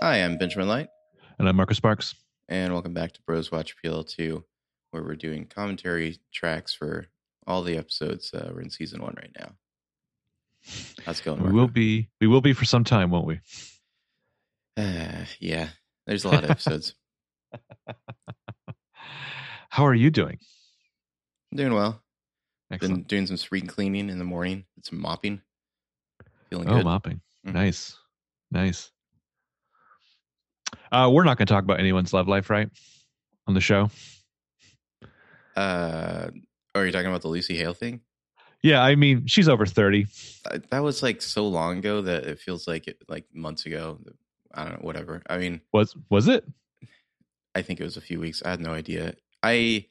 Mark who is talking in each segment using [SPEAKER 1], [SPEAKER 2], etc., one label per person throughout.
[SPEAKER 1] Hi, I'm Benjamin Light,
[SPEAKER 2] And I'm Marcus Sparks.
[SPEAKER 1] and welcome back to Bros Watch PL2, where we're doing commentary tracks for all the episodes. Uh, we're in season one right now. How's it going?
[SPEAKER 2] We
[SPEAKER 1] Marco?
[SPEAKER 2] will be we will be for some time, won't we?
[SPEAKER 1] Ah, yeah, there's a lot of episodes.
[SPEAKER 2] How are you doing?
[SPEAKER 1] I'm doing well. Been
[SPEAKER 2] Excellent.
[SPEAKER 1] doing some spring cleaning in the morning. It's mopping. Feeling
[SPEAKER 2] Oh,
[SPEAKER 1] good.
[SPEAKER 2] mopping.
[SPEAKER 1] Mhm.
[SPEAKER 2] Nice. Nice. Uh, we're not going to talk about anyone's love life, right? On the show.
[SPEAKER 1] Uh, are you talking about the Lucy Hale thing?
[SPEAKER 2] Yeah, I mean, she's over 30.
[SPEAKER 1] I- That was like so long ago that it feels like it like months ago. I don't know, whatever. I mean,
[SPEAKER 2] Was was it?
[SPEAKER 1] I think it was a few weeks. I had no idea. I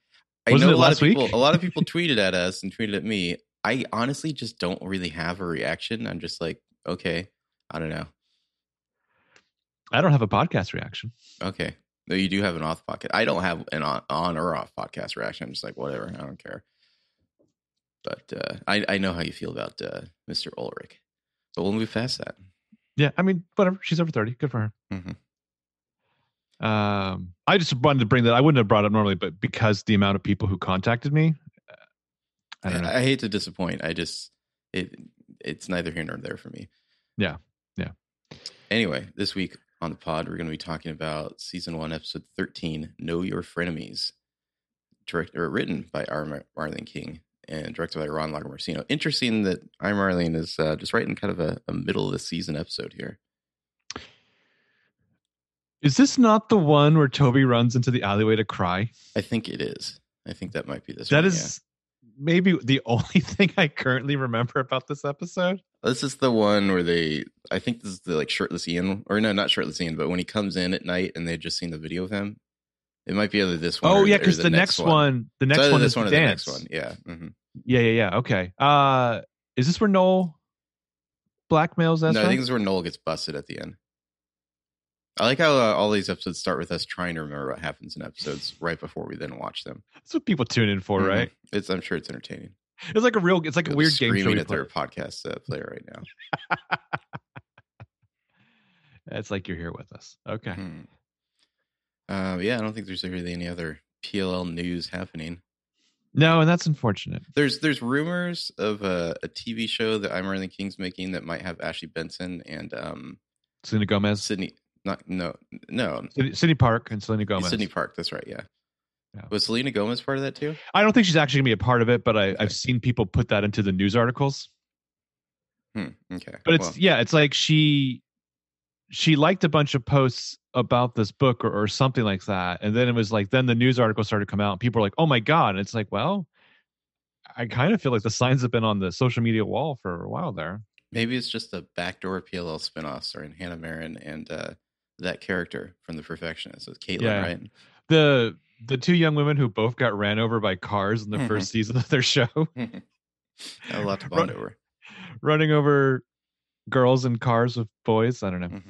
[SPEAKER 1] I
[SPEAKER 2] Wasn't
[SPEAKER 1] know
[SPEAKER 2] it
[SPEAKER 1] a lot
[SPEAKER 2] last
[SPEAKER 1] of people.
[SPEAKER 2] week?
[SPEAKER 1] A lot of people tweeted at us and tweeted at me. I honestly just don't really have a reaction. I'm just like, okay, I don't know.
[SPEAKER 2] I don't have a podcast reaction.
[SPEAKER 1] Okay, though you do have an off podcast. I don't have an on, on or off podcast reaction. I'm just like, whatever. I don't care. But uh, I I know how you feel about uh, Mr. Ulrich, but we'll move past that.
[SPEAKER 2] Yeah, I mean, whatever. She's over 30. Good for her.
[SPEAKER 1] Mhm. Mm-hmm.
[SPEAKER 2] Um, I just wanted to bring that. I wouldn't have brought it up normally, but because the amount of people who contacted me, uh, I don't know.
[SPEAKER 1] I, I hate to disappoint. I just it it's neither here nor there for me.
[SPEAKER 2] Yeah. Yeah.
[SPEAKER 1] Anyway, this week on the pod, we're going to be talking about season one, episode thirteen, "Know Your Frenemies," direct or written by R. Mar- Marlene King and directed by Ron Lagomarsino. Interesting that I. Marlene is uh, just right in kind of a, a middle of the season episode here.
[SPEAKER 2] Is this not the one where Toby runs into the alleyway to cry?
[SPEAKER 1] I think it is. I think that might be this.
[SPEAKER 2] That
[SPEAKER 1] one,
[SPEAKER 2] is maybe the only thing I currently remember about this episode.
[SPEAKER 1] yeah. This is the one where they. I think this is the like shirtless Ian, or no, not shirtless Ian, but when he comes in at night and they've just seen the video of him. It might be either this one.
[SPEAKER 2] Oh
[SPEAKER 1] or-
[SPEAKER 2] yeah,
[SPEAKER 1] or
[SPEAKER 2] because the, next one, the
[SPEAKER 1] It's
[SPEAKER 2] next
[SPEAKER 1] either
[SPEAKER 2] one
[SPEAKER 1] this
[SPEAKER 2] is
[SPEAKER 1] one
[SPEAKER 2] the
[SPEAKER 1] or
[SPEAKER 2] dance.
[SPEAKER 1] the next one. Yeah. hmm
[SPEAKER 2] Yeah, yeah, yeah. Okay. Uh, is this where Noel blackmails
[SPEAKER 1] No,
[SPEAKER 2] Ezra?
[SPEAKER 1] I think this is where Noel gets busted at the end. I like how uh, all these episodes start with us trying to remember what happens in episodes right before we then watch them.
[SPEAKER 2] That's what people tune in for,
[SPEAKER 1] Mhm.
[SPEAKER 2] right?
[SPEAKER 1] It's I'm sure it's entertaining.
[SPEAKER 2] It's like a real. It's like a
[SPEAKER 1] People
[SPEAKER 2] weird game
[SPEAKER 1] screaming
[SPEAKER 2] show. we
[SPEAKER 1] at
[SPEAKER 2] play.
[SPEAKER 1] their podcast uh, player right now.
[SPEAKER 2] It's like you're here with us. Okay.
[SPEAKER 1] Hmm. Uh, yeah, I don't think there's really any other PLL news happening.
[SPEAKER 2] No, and that's unfortunate.
[SPEAKER 1] There's there's rumors of a, a TV show that I'm Marlene King's making that might have Ashley Benson and um
[SPEAKER 2] Selena Gomez,
[SPEAKER 1] Sydney. Not no no
[SPEAKER 2] Sydney, Sydney Park, and Selena Gomez.
[SPEAKER 1] Sydney Park. That's right. Yeah.
[SPEAKER 2] Yeah.
[SPEAKER 1] Was Selena Gomez part of that too?
[SPEAKER 2] I don't think she's actually gonna be a part of it, but I,
[SPEAKER 1] Okay.
[SPEAKER 2] I've seen people put that into the news articles.
[SPEAKER 1] Hmm, okay.
[SPEAKER 2] but it's
[SPEAKER 1] Well,
[SPEAKER 2] yeah it's like she she liked a bunch of posts about this book or, or something like that and then it was like then the news article started to come out and people were like oh my god and it's like well i kind of feel like the signs have been on the social media wall for a while there
[SPEAKER 1] maybe it's just the backdoor PLL spinoff starring Hannah Marin and uh, that character from The Perfectionist with Caitlin,
[SPEAKER 2] Yeah.
[SPEAKER 1] right?
[SPEAKER 2] the the two young women who both got ran over by cars in the
[SPEAKER 1] Mhm.
[SPEAKER 2] first season of their show
[SPEAKER 1] Not a lot to bond
[SPEAKER 2] Run-
[SPEAKER 1] over.
[SPEAKER 2] running over girls in cars with boys i don't know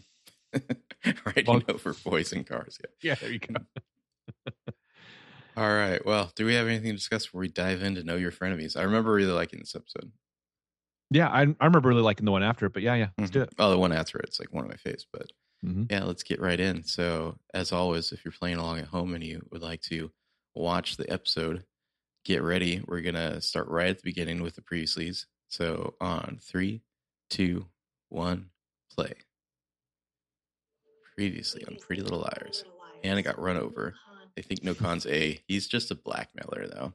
[SPEAKER 1] right
[SPEAKER 2] Well-
[SPEAKER 1] over boys and cars. Yeah.
[SPEAKER 2] yeah there you go
[SPEAKER 1] All right. Well, do we have anything to discuss before we dive into Know Your Frenemies? I remember really liking this episode.
[SPEAKER 2] yeah I, I remember really liking the one after it but yeah yeah let's do
[SPEAKER 1] Mhm.
[SPEAKER 2] it
[SPEAKER 1] Oh, the one after it's like one of my faves, but
[SPEAKER 2] Mhm.
[SPEAKER 1] yeah, let's get right in. So, as always, if you're playing along at home and you would like to watch the episode, get ready. We're gonna start right at the beginning with the previouslies. So, on three, two, one, play. Previously on Pretty Little Liars, Anna got run over. They think Nokan's a. He's just a blackmailer, though.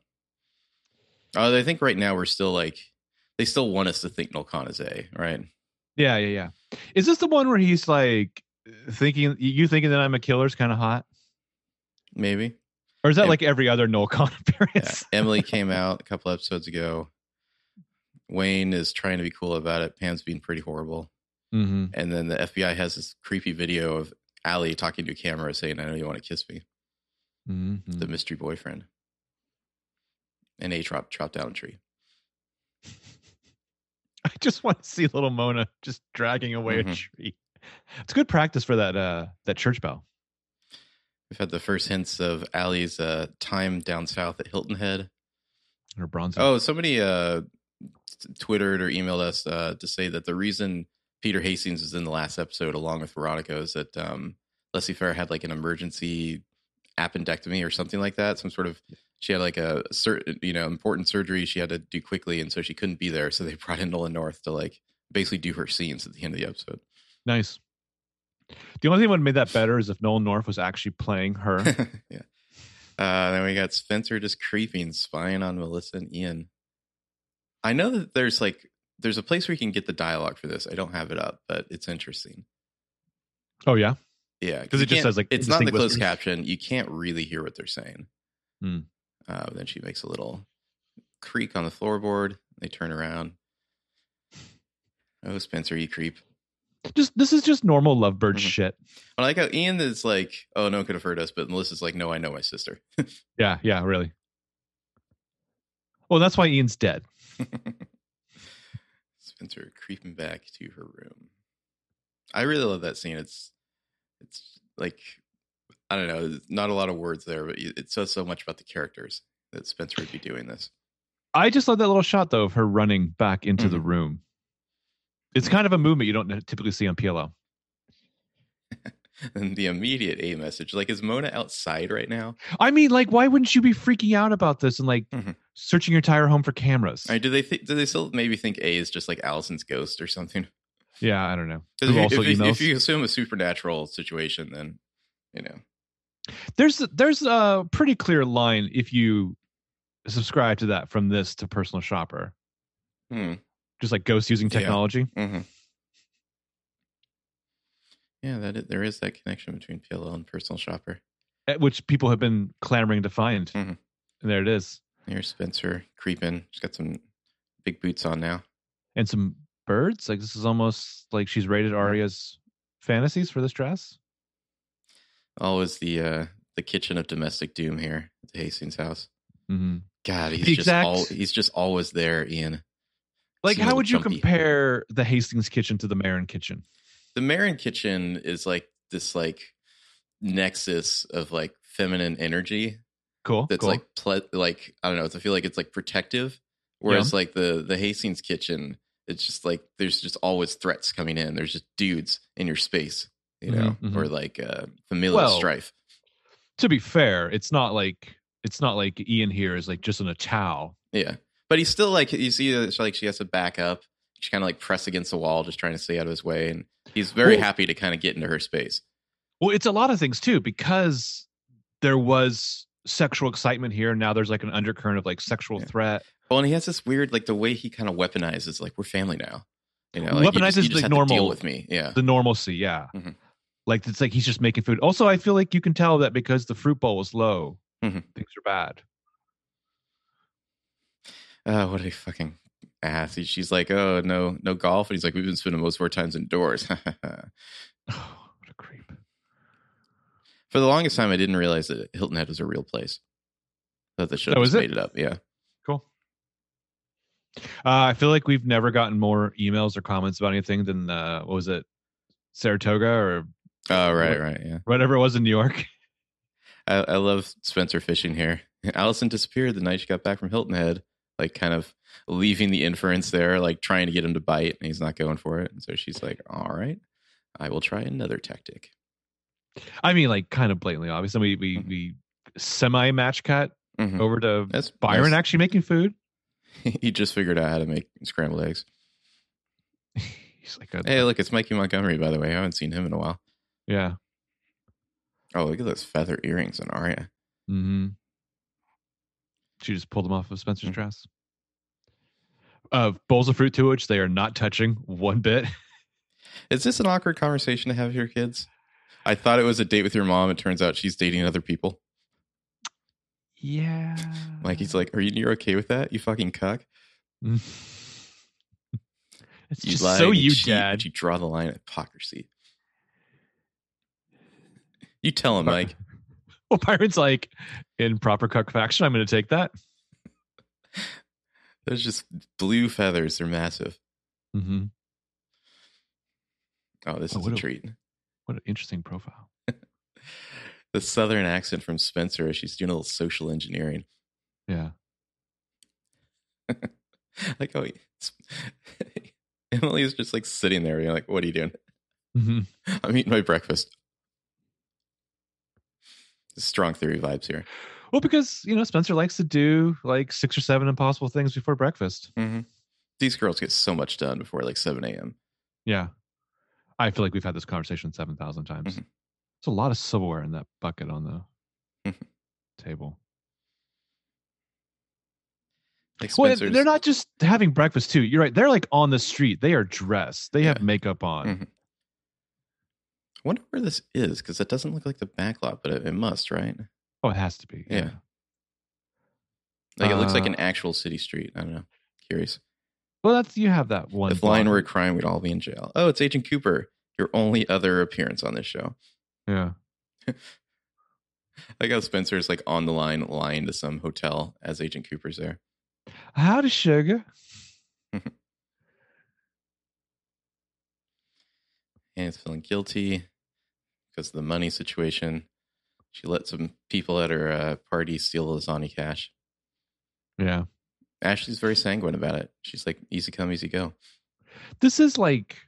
[SPEAKER 1] Oh, I think right now we're still like they still want us to think Nokan is a right.
[SPEAKER 2] Yeah, yeah, yeah. Is this the one where he's like thinking you thinking that I'm a killer is kind of hot,
[SPEAKER 1] Maybe.
[SPEAKER 2] or is that
[SPEAKER 1] Em-
[SPEAKER 2] like every other Noel Con
[SPEAKER 1] Yeah.
[SPEAKER 2] appearance?
[SPEAKER 1] Emily came out a couple episodes ago. Wayne is trying to be cool about it. Pam's being pretty horrible.
[SPEAKER 2] hmm
[SPEAKER 1] And then the FBI has this creepy video of Allie talking to a camera saying, I know you want to kiss me,
[SPEAKER 2] hmm
[SPEAKER 1] the mystery boyfriend. And A drop dropped down a tree.
[SPEAKER 2] I just want to see little Mona just dragging away a
[SPEAKER 1] Mhm.
[SPEAKER 2] tree. It's good practice for that uh that church bell.
[SPEAKER 1] We've had the first hints of Allie's uh, time down south at Hilton Head.
[SPEAKER 2] Or bronze.
[SPEAKER 1] Oh, somebody uh, t- Twittered or emailed us uh, to say that the reason Peter Hastings was in the last episode along with Veronica is that um, Leslie Fair had like an emergency appendectomy or something like that. Some sort of she had like a certain you know important surgery she had to do quickly, and so she couldn't be there. So they brought in Nolan North to like basically do her scenes at the end of the episode.
[SPEAKER 2] Nice. The only thing that would have made that better is if Nolan North was actually playing her.
[SPEAKER 1] yeah. Uh, then we got Spencer just creeping, spying on Melissa and Ian. I know that there's like there's a place where you can get the dialogue for this. I don't have it up, but it's interesting.
[SPEAKER 2] Oh yeah,
[SPEAKER 1] Yeah,
[SPEAKER 2] 'Cause
[SPEAKER 1] you
[SPEAKER 2] it just
[SPEAKER 1] can't-
[SPEAKER 2] says, like,
[SPEAKER 1] it's not in the
[SPEAKER 2] distinct
[SPEAKER 1] closed
[SPEAKER 2] whispers.
[SPEAKER 1] caption. You can't really hear what they're saying.
[SPEAKER 2] Hmm.
[SPEAKER 1] Uh, then she makes a little creak on the floorboard. They turn around. Oh, Spencer, you creep.
[SPEAKER 2] just this is just normal lovebird
[SPEAKER 1] Mhm.
[SPEAKER 2] shit.
[SPEAKER 1] I like how Ian is like, oh, no one could have heard us, but Melissa's like, no, I know my sister.
[SPEAKER 2] Yeah, yeah, really. Well, that's why Ian's dead.
[SPEAKER 1] Spencer creeping back to her room. I really love that scene. It's it's like I don't know, not a lot of words there, but it says so much about the characters that Spencer would be doing this.
[SPEAKER 2] I just love that little shot though of her running back into the room. It's kind of a movement you don't typically see on PLO.
[SPEAKER 1] And the immediate A message, like, is Mona outside right now?
[SPEAKER 2] I mean, like, why wouldn't you be freaking out about this and like
[SPEAKER 1] Mhm.
[SPEAKER 2] searching your entire home for cameras?
[SPEAKER 1] Or do they think? Do they still maybe think A is just like Allison's ghost or something?
[SPEAKER 2] yeah, I don't know.
[SPEAKER 1] 'Cause If
[SPEAKER 2] Who
[SPEAKER 1] you,
[SPEAKER 2] also
[SPEAKER 1] if you-
[SPEAKER 2] emails.
[SPEAKER 1] if you assume a supernatural situation, then you know.
[SPEAKER 2] there's there's a pretty clear line if you subscribe to that from this to personal shopper,
[SPEAKER 1] Hmm.
[SPEAKER 2] just like ghosts using
[SPEAKER 1] Yeah.
[SPEAKER 2] technology.
[SPEAKER 1] Mm-hmm. Yeah, that is, there is that connection between PLL and personal shopper.
[SPEAKER 2] eh, which people have been clamoring to find.
[SPEAKER 1] Mhm.
[SPEAKER 2] And there it is.
[SPEAKER 1] Here's Spencer creeping. She's got some big boots on now.
[SPEAKER 2] And some birds. Like this is almost like she's rated Arya's fantasies for this dress.
[SPEAKER 1] Always the uh the kitchen of domestic doom here at the Hastings house.
[SPEAKER 2] hmm
[SPEAKER 1] God, he's
[SPEAKER 2] The
[SPEAKER 1] just
[SPEAKER 2] exact-
[SPEAKER 1] all he's just always there, Ian.
[SPEAKER 2] Like,
[SPEAKER 1] Seems
[SPEAKER 2] how
[SPEAKER 1] like
[SPEAKER 2] would you
[SPEAKER 1] jumpy.
[SPEAKER 2] compare the Hastings kitchen to the Marin kitchen?
[SPEAKER 1] The Marin kitchen is like this like nexus of like feminine energy
[SPEAKER 2] Cool.
[SPEAKER 1] that's
[SPEAKER 2] cool.
[SPEAKER 1] like ple- like I don't know. I feel like it's like protective, whereas like the the Hastings kitchen, it's just like there's just always threats coming in. There's just dudes in your space, you know,
[SPEAKER 2] Mhm, mhm.
[SPEAKER 1] or like uh, familial
[SPEAKER 2] Well-
[SPEAKER 1] strife.
[SPEAKER 2] to be fair, it's not like it's not like Ian here is like just in a towel.
[SPEAKER 1] Yeah, but he's still like you see that she, like she has to back up. She kind of like press against the wall, just trying to stay out of his way, and he's very
[SPEAKER 2] Well-
[SPEAKER 1] happy to kind of get into her space.
[SPEAKER 2] Well, it's a lot of things too, because there was sexual excitement here. Now there's like an undercurrent of like sexual
[SPEAKER 1] Yeah.
[SPEAKER 2] threat.
[SPEAKER 1] Well, and he has this weird like the way he kind of weaponizes like we're family now. You know, you
[SPEAKER 2] Weaponizes
[SPEAKER 1] just, you
[SPEAKER 2] the
[SPEAKER 1] just have to deal
[SPEAKER 2] normal-
[SPEAKER 1] with me. Yeah,
[SPEAKER 2] the normalcy yeah
[SPEAKER 1] Mhm.
[SPEAKER 2] like it's like he's just making food also i feel like you can tell that because the fruit bowl was low
[SPEAKER 1] Mhm.
[SPEAKER 2] things are bad
[SPEAKER 1] Oh, what a fucking ass. He- She's like, oh, no, no golf. And he's like, we've been spending most of our times indoors. For
[SPEAKER 2] oh, what a creep
[SPEAKER 1] the longest time, I didn't realize that Hilton Head was a real place. I thought they should
[SPEAKER 2] Oh,
[SPEAKER 1] have
[SPEAKER 2] is
[SPEAKER 1] just
[SPEAKER 2] it?
[SPEAKER 1] made it up. Yeah.
[SPEAKER 2] cool uh, i feel like we've never gotten more emails or comments about anything than uh, what was it saratoga or
[SPEAKER 1] Oh, right,
[SPEAKER 2] What-
[SPEAKER 1] right. Yeah.
[SPEAKER 2] whatever it was in new york
[SPEAKER 1] I, I love Spencer fishing here. Allison disappeared the night she got back from Hilton Head, like kind of leaving the inference there, like trying to get him to bite, and he's not going for it. And so she's like, all right, I will try another tactic.
[SPEAKER 2] i mean like kind of blatantly obvious and we we,
[SPEAKER 1] Mhm.
[SPEAKER 2] we semi match cut
[SPEAKER 1] Mhm.
[SPEAKER 2] over to
[SPEAKER 1] That's
[SPEAKER 2] Oh, byron
[SPEAKER 1] that's-
[SPEAKER 2] actually making food
[SPEAKER 1] he just figured out how to make scrambled eggs.
[SPEAKER 2] he's like a,
[SPEAKER 1] Hey, look, it's Mikey Montgomery, by the way. I haven't seen him in a while.
[SPEAKER 2] yeah
[SPEAKER 1] Oh, look at those feather earrings on Arya.
[SPEAKER 2] Mm-hmm. She just pulled them off of Spencer's
[SPEAKER 1] Mhm.
[SPEAKER 2] dress. Uh, bowls of fruit too, which they are not touching one bit.
[SPEAKER 1] Is this an awkward conversation to have with your kids? I thought it was a date with your mom. It turns out she's dating other people.
[SPEAKER 2] Yeah.
[SPEAKER 1] Mikey's like, Are you you're okay with that? You fucking cuck.
[SPEAKER 2] it's
[SPEAKER 1] You
[SPEAKER 2] Mm. just
[SPEAKER 1] lie
[SPEAKER 2] so
[SPEAKER 1] and
[SPEAKER 2] you,
[SPEAKER 1] cheat,
[SPEAKER 2] Dad.
[SPEAKER 1] but You draw the line at hypocrisy. You tell him,
[SPEAKER 2] Uh,
[SPEAKER 1] Mike.
[SPEAKER 2] Well, Byron's like, in proper cuck faction, I'm going to take that.
[SPEAKER 1] Those just blue feathers. They're massive.
[SPEAKER 2] Mm-hmm.
[SPEAKER 1] Oh, this
[SPEAKER 2] Oh,
[SPEAKER 1] is
[SPEAKER 2] what
[SPEAKER 1] a
[SPEAKER 2] a-
[SPEAKER 1] treat.
[SPEAKER 2] What an interesting profile.
[SPEAKER 1] The southern accent from Spencer. She's doing a little social engineering.
[SPEAKER 2] Yeah.
[SPEAKER 1] like oh Emily is just like sitting there, being like, "What are you doing?
[SPEAKER 2] Mhm.
[SPEAKER 1] I'm eating my breakfast." Strong theory vibes here.
[SPEAKER 2] Well, because you know Spencer likes to do like six or seven impossible things before breakfast.
[SPEAKER 1] Mm-hmm. These girls get so much done before like 7 a.m.
[SPEAKER 2] Yeah, I feel like we've had this conversation seven thousand times.
[SPEAKER 1] Mhm.
[SPEAKER 2] There's a lot of silverware in that bucket on the
[SPEAKER 1] Mhm.
[SPEAKER 2] table.
[SPEAKER 1] Like
[SPEAKER 2] Well,
[SPEAKER 1] Spencer's,
[SPEAKER 2] they're not just having breakfast too. You're right. They're like on the street. They are dressed. They have
[SPEAKER 1] Yeah.
[SPEAKER 2] makeup on.
[SPEAKER 1] Mhm. I wonder where this is because it doesn't look like the back lot, but it, it must, right?
[SPEAKER 2] Oh, it has to be.
[SPEAKER 1] Yeah. Like it looks like
[SPEAKER 2] Uh,
[SPEAKER 1] an actual city street. I don't know. Curious.
[SPEAKER 2] Well, that's you have that one.
[SPEAKER 1] If Lion
[SPEAKER 2] block.
[SPEAKER 1] were a crime, we'd all be in jail. Oh, it's Agent Cooper, your only other appearance on this show.
[SPEAKER 2] Yeah.
[SPEAKER 1] Like how Spencer's like on the line, lying to some hotel as Agent Cooper's there.
[SPEAKER 2] Howdy, sugar.
[SPEAKER 1] Anne's feeling guilty because of the money situation. She let some people at her uh, party steal lasagna cash.
[SPEAKER 2] Yeah.
[SPEAKER 1] Ashley's very sanguine about it. She's like, easy come, easy go.
[SPEAKER 2] This is like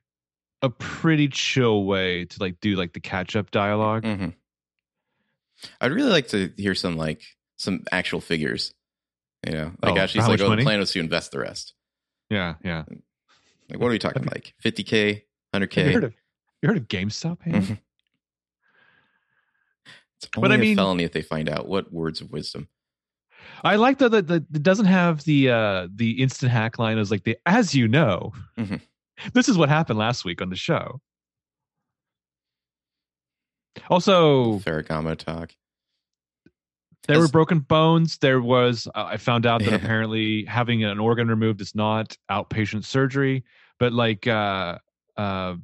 [SPEAKER 2] a pretty chill way to like do like the catch up dialog
[SPEAKER 1] hmm I'd really like to hear some like some actual figures. You know, like
[SPEAKER 2] Oh,
[SPEAKER 1] Ashley's
[SPEAKER 2] how
[SPEAKER 1] like,
[SPEAKER 2] much
[SPEAKER 1] oh,
[SPEAKER 2] money?
[SPEAKER 1] the plan was to invest the rest.
[SPEAKER 2] Yeah, yeah.
[SPEAKER 1] Like, what are we talking
[SPEAKER 2] Okay.
[SPEAKER 1] like? 50K,
[SPEAKER 2] Have
[SPEAKER 1] 100K?
[SPEAKER 2] You heard of you heard of GameStop? Hank?
[SPEAKER 1] Mhm. It's only
[SPEAKER 2] I
[SPEAKER 1] a
[SPEAKER 2] mean-
[SPEAKER 1] felony if they find out. What words of wisdom?
[SPEAKER 2] I like though that that it doesn't have the uh the instant hack line as like the as you know.
[SPEAKER 1] Mhm.
[SPEAKER 2] This is what happened last week on the show. Also,
[SPEAKER 1] Ferragamo talk.
[SPEAKER 2] there were
[SPEAKER 1] As-
[SPEAKER 2] broken bones. There was uh, I I found out that
[SPEAKER 1] Yeah.
[SPEAKER 2] apparently having an organ removed is not outpatient surgery, but like uh uh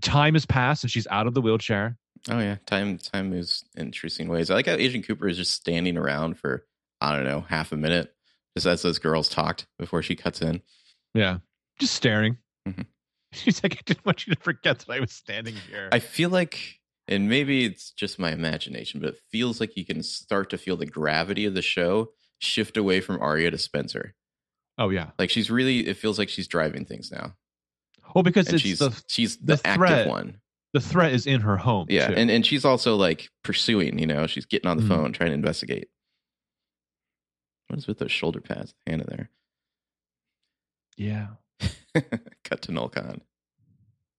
[SPEAKER 2] time has passed and she's out of the wheelchair.
[SPEAKER 1] Oh yeah, time time moves in interesting ways. I like how Agent Cooper is just standing around for I don't know half a minute, just as those girls talked before she cuts in.
[SPEAKER 2] Yeah. Just staring.
[SPEAKER 1] Mhm.
[SPEAKER 2] She's like, I didn't want you to forget that I was standing here.
[SPEAKER 1] I feel like, and maybe it's just my imagination, but it feels like you can start to feel the gravity of the show shift away from Arya to Spencer.
[SPEAKER 2] oh yeah.
[SPEAKER 1] Like she's really, it feels like she's driving things now,
[SPEAKER 2] Well, because
[SPEAKER 1] and
[SPEAKER 2] it's
[SPEAKER 1] she's
[SPEAKER 2] the
[SPEAKER 1] she's
[SPEAKER 2] the
[SPEAKER 1] the, active
[SPEAKER 2] threat.
[SPEAKER 1] one.
[SPEAKER 2] the threat is in her home.
[SPEAKER 1] Yeah,
[SPEAKER 2] too.
[SPEAKER 1] and and she's also like pursuing. You know, she's getting on the
[SPEAKER 2] Mhm.
[SPEAKER 1] phone trying to investigate. What is with those shoulder pads, Hannah? There.
[SPEAKER 2] yeah.
[SPEAKER 1] Cut to Nulcon.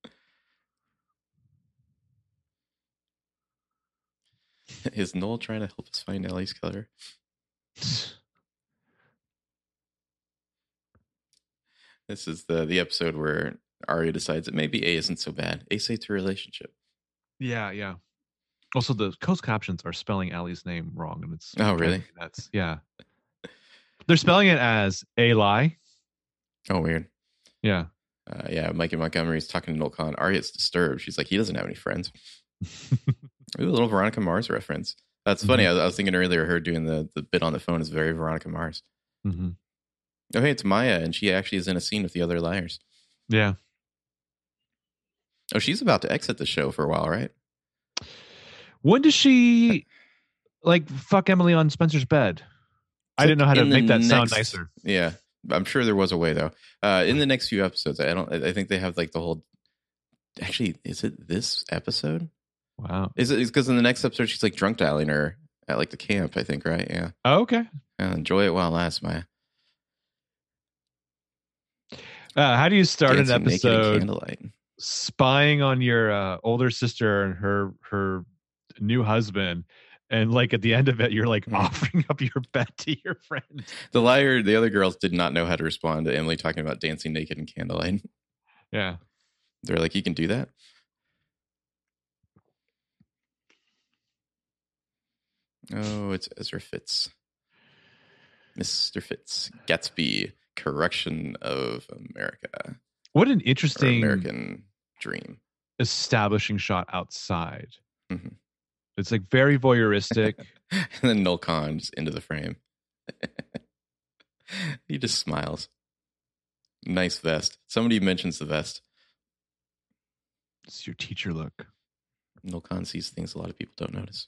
[SPEAKER 1] Is Noel trying to help us find Ellie's color? This is the the episode where Arya decides that maybe A isn't so bad. A saves her relationship.
[SPEAKER 2] Yeah, yeah. Also, the coast captions are spelling Ali's name wrong, and it's
[SPEAKER 1] Oh,
[SPEAKER 2] driving
[SPEAKER 1] really?
[SPEAKER 2] me nuts. Yeah, they're spelling it as a lie.
[SPEAKER 1] Oh, weird.
[SPEAKER 2] Yeah,
[SPEAKER 1] Uh, yeah, Mikey Montgomery's talking to Noel Khan. Arya's disturbed. She's like, he doesn't have any friends. Ooh, a little Veronica Mars reference. That's funny. I, I was thinking earlier, her doing the, the bit on the phone is very Veronica Mars.
[SPEAKER 2] hmm
[SPEAKER 1] Oh, hey, it's Maya, and she actually is in a scene with the other liars.
[SPEAKER 2] yeah.
[SPEAKER 1] Oh, she's about to exit the show for a while, right?
[SPEAKER 2] When does she like fuck Emily on Spencer's bed? I didn't know how to
[SPEAKER 1] In the
[SPEAKER 2] make that sound
[SPEAKER 1] next-
[SPEAKER 2] nicer.
[SPEAKER 1] Yeah, I'm sure there was a way though. Uh, in the next few episodes, I don't. I I think they have like the whole. Actually, is it this episode?
[SPEAKER 2] Wow.
[SPEAKER 1] Is it because in the next episode she's like drunk dialing her at like the camp? I think right. Yeah,
[SPEAKER 2] Oh, okay.
[SPEAKER 1] Yeah, enjoy it while it lasts, Maya.
[SPEAKER 2] Uh, how do you start an
[SPEAKER 1] Dancing naked in
[SPEAKER 2] episode
[SPEAKER 1] candlelight.
[SPEAKER 2] spying on your uh, older sister and her her new husband? And like at the end of it, you're like
[SPEAKER 1] Mhm.
[SPEAKER 2] offering up your bed to your friend.
[SPEAKER 1] The liar, the other girls did not know how to respond to Emily talking about dancing naked in candlelight.
[SPEAKER 2] Yeah.
[SPEAKER 1] They're like, "You can do that." Oh, it's Ezra Fitz, Mister Fitz, Gatsby, Correction of America,
[SPEAKER 2] What an
[SPEAKER 1] or
[SPEAKER 2] interesting
[SPEAKER 1] American Dream.
[SPEAKER 2] establishing shot outside.
[SPEAKER 1] Mhm.
[SPEAKER 2] It's like very voyeuristic.
[SPEAKER 1] And then Noel Kahn's into the frame. he just smiles. Nice vest. Somebody mentions the vest.
[SPEAKER 2] it's your teacher look.
[SPEAKER 1] Noel Kahn sees things a lot of people don't notice.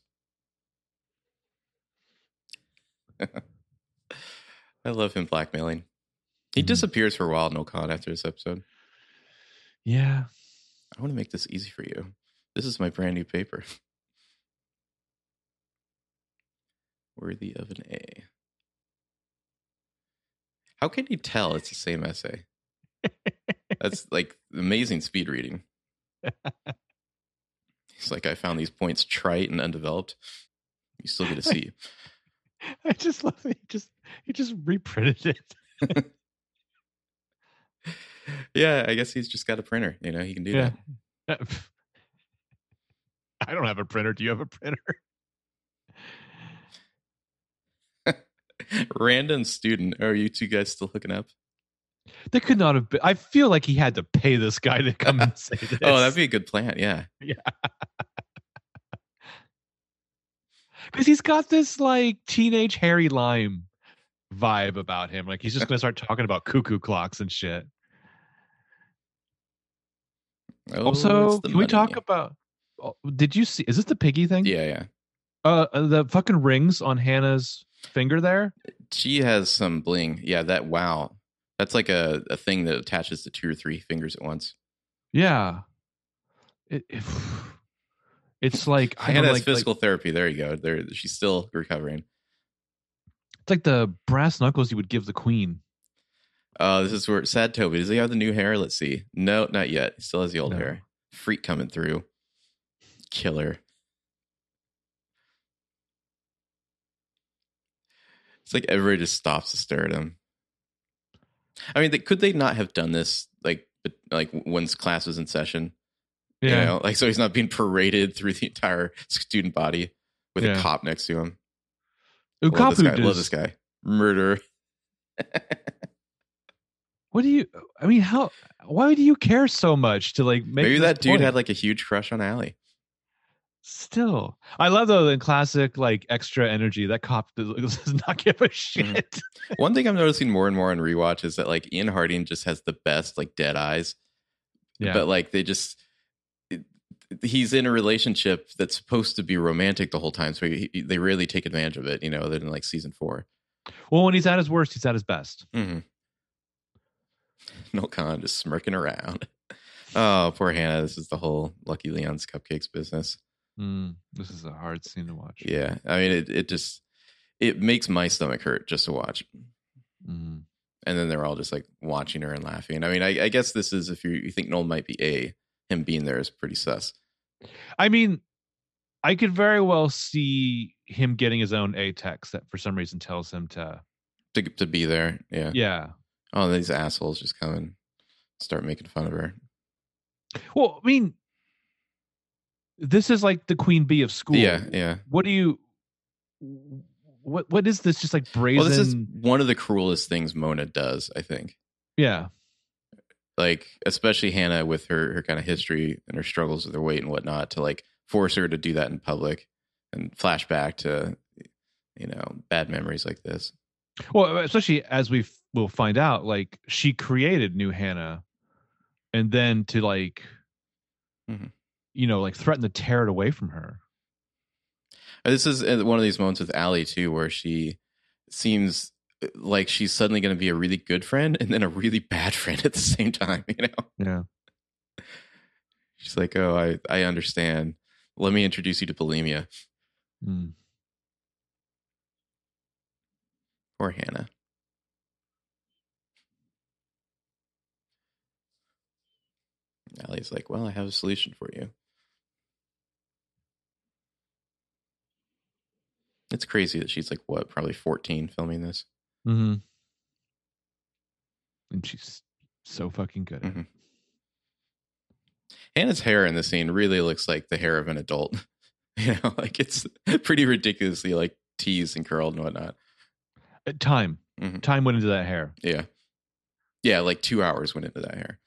[SPEAKER 1] I love him blackmailing. He
[SPEAKER 2] Mhm.
[SPEAKER 1] disappears for a while in Okan after this episode.
[SPEAKER 2] Yeah.
[SPEAKER 1] I want to make this easy for you. This is my brand new paper. Worthy of an A. How can you tell it's the same essay? That's like amazing speed reading. It's like I found these points trite and undeveloped. You still get a C.
[SPEAKER 2] I just love it. He just he just reprinted it.
[SPEAKER 1] yeah, I guess he's just got a printer. You know, he can do that.
[SPEAKER 2] Yeah. I don't have a printer. Do you have a printer?
[SPEAKER 1] Random student. Are you two guys still hooking up?
[SPEAKER 2] That could not have been. I feel like he had to pay this guy to come and say this.
[SPEAKER 1] Oh, that'd be a good plan. Yeah.
[SPEAKER 2] because he's got this like teenage Harry Lime vibe about him. Like he's just gonna start talking about cuckoo clocks and shit.
[SPEAKER 1] Oh,
[SPEAKER 2] also,
[SPEAKER 1] it's the
[SPEAKER 2] can we
[SPEAKER 1] money.
[SPEAKER 2] talk about? oh, Did you see? Is this the piggy thing?
[SPEAKER 1] Yeah, yeah.
[SPEAKER 2] Uh, uh, the fucking rings on Hannah's finger there.
[SPEAKER 1] She has some bling. Yeah, that wow. That's like a, a thing that attaches to two or three fingers at once.
[SPEAKER 2] Yeah. It, it- it's like I don't
[SPEAKER 1] Hannah's
[SPEAKER 2] like, like
[SPEAKER 1] physical therapy. There you go. There, she's still recovering.
[SPEAKER 2] it's like the brass knuckles you would give the queen.
[SPEAKER 1] Uh, this is where sad Toby. Does he have the new hair? Let's see. No, not yet. He still has the old
[SPEAKER 2] No.
[SPEAKER 1] hair. Freak coming through. Killer. It's like everybody just stops to stare at him. I mean, they, could they not have done this like but- like once class was in session?
[SPEAKER 2] Yeah.
[SPEAKER 1] You know, like so he's not being paraded through the entire student body with
[SPEAKER 2] Yeah.
[SPEAKER 1] a cop next to him. love this
[SPEAKER 2] Ukapu
[SPEAKER 1] guy. Love
[SPEAKER 2] does-
[SPEAKER 1] this guy. Murder.
[SPEAKER 2] What do you? I mean, how? Why do you care so much to like make?
[SPEAKER 1] Maybe
[SPEAKER 2] this
[SPEAKER 1] that dude
[SPEAKER 2] point?
[SPEAKER 1] had like a huge crush on Allie.
[SPEAKER 2] Still, I love though the classic like extra energy. That cop does does not give a shit.
[SPEAKER 1] One thing I'm noticing more and more on rewatch is that like Ian Harding just has the best like dead eyes,
[SPEAKER 2] Yeah,
[SPEAKER 1] but like they just it- he's in a relationship that's supposed to be romantic the whole time, so he, he- they really take advantage of it, you know, other than like season 4
[SPEAKER 2] well, when he's at his worst, he's at his best.
[SPEAKER 1] Mm-hmm. No con, just smirking around. Oh, poor Hannah. This is the whole Lucky Leon's cupcakes business.
[SPEAKER 2] Mm, this is a hard scene to watch.
[SPEAKER 1] Yeah, I mean, it it just it makes my stomach hurt just to watch.
[SPEAKER 2] Mm.
[SPEAKER 1] and then they're all just like watching her and laughing. I mean, I, I guess this is if you, you think Noel might be a him being there is pretty sus.
[SPEAKER 2] I mean, I could very well see him getting his own A text that for some reason tells him to.
[SPEAKER 1] to to be there. Yeah.
[SPEAKER 2] Yeah.
[SPEAKER 1] Oh, these assholes just come and start making fun of her.
[SPEAKER 2] Well, I mean, this is like the queen bee of school.
[SPEAKER 1] Yeah, yeah.
[SPEAKER 2] What do you? What What is this? Just like brazen.
[SPEAKER 1] Well, this is one of the cruelest things Mona does. I think,
[SPEAKER 2] yeah.
[SPEAKER 1] like especially Hannah with her her kind of history and her struggles with her weight and whatnot, to like force her to do that in public and flashback to you know bad memories like this.
[SPEAKER 2] Well, uh, especially as we f- will find out, like she created New Hannah, and then to like,
[SPEAKER 1] Mhm.
[SPEAKER 2] you know, like threaten to tear it away from her.
[SPEAKER 1] And This is uh, one of these moments with Allie too, where she seems uh, like she's suddenly going to be a really good friend and then a really bad friend at the same time. You know,
[SPEAKER 2] Yeah.
[SPEAKER 1] she's like, "Oh, I I understand. Let me introduce you to bulimia."
[SPEAKER 2] Mm.
[SPEAKER 1] Poor Hannah. Allie's like, "Well, I have a solution for you." It's crazy that she's like what, probably fourteen, filming this.
[SPEAKER 2] hmm And she's so fucking good. At it.
[SPEAKER 1] Mhm. Hannah's hair in the scene really looks like the hair of an adult. You know, like it's pretty ridiculously like teased and curled and whatnot.
[SPEAKER 2] Uh, Time,
[SPEAKER 1] Mhm.
[SPEAKER 2] time went into that hair.
[SPEAKER 1] Yeah. Yeah, like two hours went into that hair.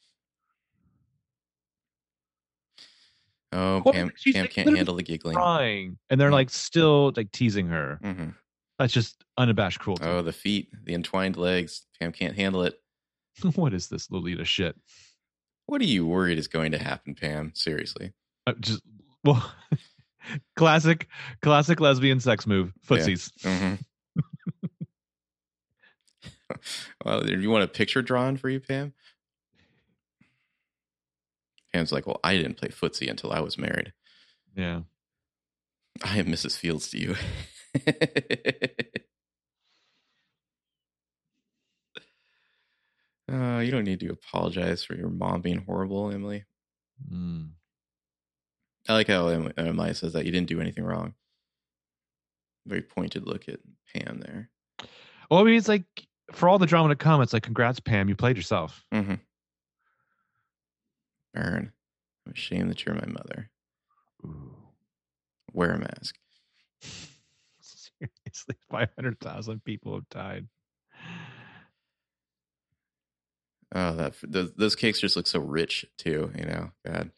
[SPEAKER 1] Oh,
[SPEAKER 2] Well,
[SPEAKER 1] Pam,
[SPEAKER 2] she's,
[SPEAKER 1] Pam
[SPEAKER 2] like,
[SPEAKER 1] can't
[SPEAKER 2] literally
[SPEAKER 1] handle the giggling.
[SPEAKER 2] Crying, and they're
[SPEAKER 1] Mhm.
[SPEAKER 2] like still like teasing her.
[SPEAKER 1] Mhm.
[SPEAKER 2] That's just unabashed cruelty.
[SPEAKER 1] Oh, the feet, the entwined legs. Pam can't handle it.
[SPEAKER 2] what is this Lolita shit?
[SPEAKER 1] What are you worried is going to happen, Pam? Seriously.
[SPEAKER 2] Uh, just well, classic,
[SPEAKER 1] Mm-hmm.
[SPEAKER 2] classic lesbian sex move. Footsies.
[SPEAKER 1] Mhm. well, do you want a picture drawn for you, Pam? Pam's like, well, I didn't play footsie until I was married.
[SPEAKER 2] Yeah.
[SPEAKER 1] I am Mrs. Fields to you. uh, you don't need to apologize for your mom being horrible, Emily.
[SPEAKER 2] Mm.
[SPEAKER 1] I like how Em- Emily says that you didn't do anything wrong. Very pointed look at Pam there.
[SPEAKER 2] Well, I mean, it's like for all the drama to come, it's like, congrats, Pam, you played yourself.
[SPEAKER 1] Mm-hmm. Burn. I'm ashamed that you're my mother. Wear a mask.
[SPEAKER 2] Seriously, 500,000 people have died.
[SPEAKER 1] Oh, that those, those cakes just look so rich too. You know, God.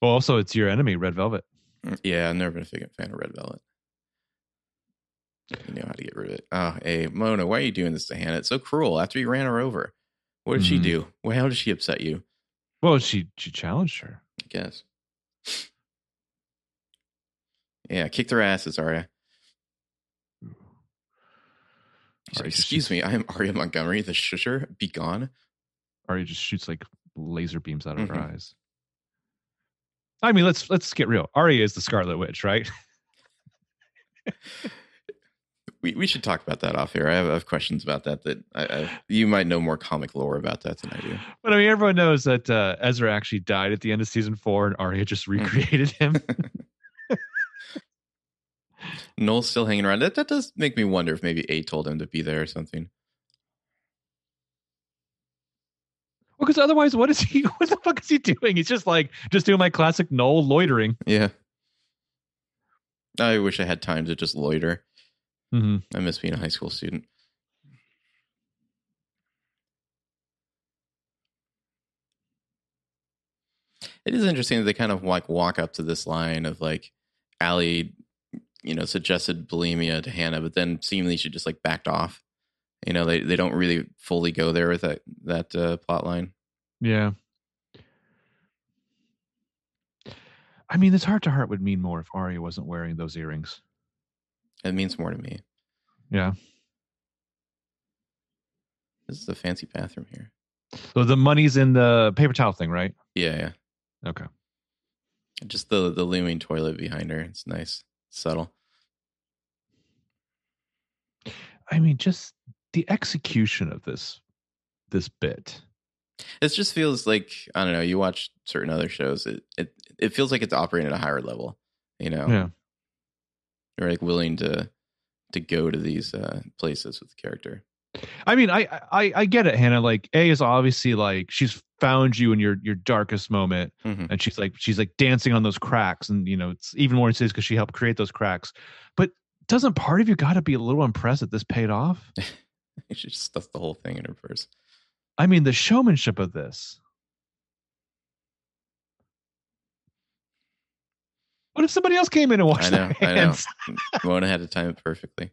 [SPEAKER 2] Well, also, it's your enemy, Red Velvet.
[SPEAKER 1] Mm, Yeah, I've never been a big fan of red velvet. You know how to get rid of it. Oh, hey, Mona, why are you doing this to Hannah? It's so cruel. After you ran her over, what did she
[SPEAKER 2] Mhm.
[SPEAKER 1] do? Well, how did she upset you?
[SPEAKER 2] Well, she she challenged her.
[SPEAKER 1] I guess. Yeah, kick their asses, Arya. She's like,
[SPEAKER 2] Arya just
[SPEAKER 1] Excuse
[SPEAKER 2] shoots-
[SPEAKER 1] me, I am Arya Montgomery, the shusher. Be gone.
[SPEAKER 2] Arya just shoots like laser beams out of her
[SPEAKER 1] Mhm.
[SPEAKER 2] eyes. I mean, let's let's get real. Arya is the Scarlet Witch, right?
[SPEAKER 1] We, we should talk about that off here. I have, I have questions about that. That I, I, you might know more comic lore about that than I do.
[SPEAKER 2] But I mean, everyone knows that uh, Ezra actually died at the end of season four, and Arya just recreated him.
[SPEAKER 1] Noel's still hanging around. That that does make me wonder if maybe A told him to be there or something.
[SPEAKER 2] Well, because otherwise, what is he? What the fuck is he doing? He's just like just doing my classic Noel loitering.
[SPEAKER 1] Yeah. I wish I had time to just loiter.
[SPEAKER 2] Mm-hmm.
[SPEAKER 1] I miss being a high school student. It is interesting that they kind of like walk up to this line of like Allie, you know, suggested bulimia to Hannah, but then seemingly she just like backed off. You know, they, they don't really fully go there with that that uh, plot line.
[SPEAKER 2] Yeah. I mean, this heart to heart would mean more if Arya wasn't wearing those earrings.
[SPEAKER 1] It means more to me.
[SPEAKER 2] Yeah.
[SPEAKER 1] This is a fancy bathroom here.
[SPEAKER 2] So the money's in the paper towel thing, right?
[SPEAKER 1] Yeah, yeah.
[SPEAKER 2] Okay.
[SPEAKER 1] Just the the looming toilet behind her. It's nice, subtle.
[SPEAKER 2] I mean, just the execution of this this bit.
[SPEAKER 1] It just feels like I don't know. You watch certain other shows. It it it feels like it's operating at a higher level. You know,
[SPEAKER 2] Yeah.
[SPEAKER 1] you're like willing to to go to these uh, places with the character.
[SPEAKER 2] I mean, I, I I get it, Hannah. Like A is obviously like she's found you in your your darkest moment,
[SPEAKER 1] Mhm.
[SPEAKER 2] and she's like she's like dancing on those cracks, and you know it's even more insidious because she helped create those cracks. But doesn't part of you got to be a little impressed that this paid off?
[SPEAKER 1] She just stuffs the whole thing in her purse.
[SPEAKER 2] I mean, the showmanship of this. What if somebody else came in and washed
[SPEAKER 1] know,
[SPEAKER 2] their
[SPEAKER 1] I know.
[SPEAKER 2] hands?
[SPEAKER 1] Mona had to time it perfectly.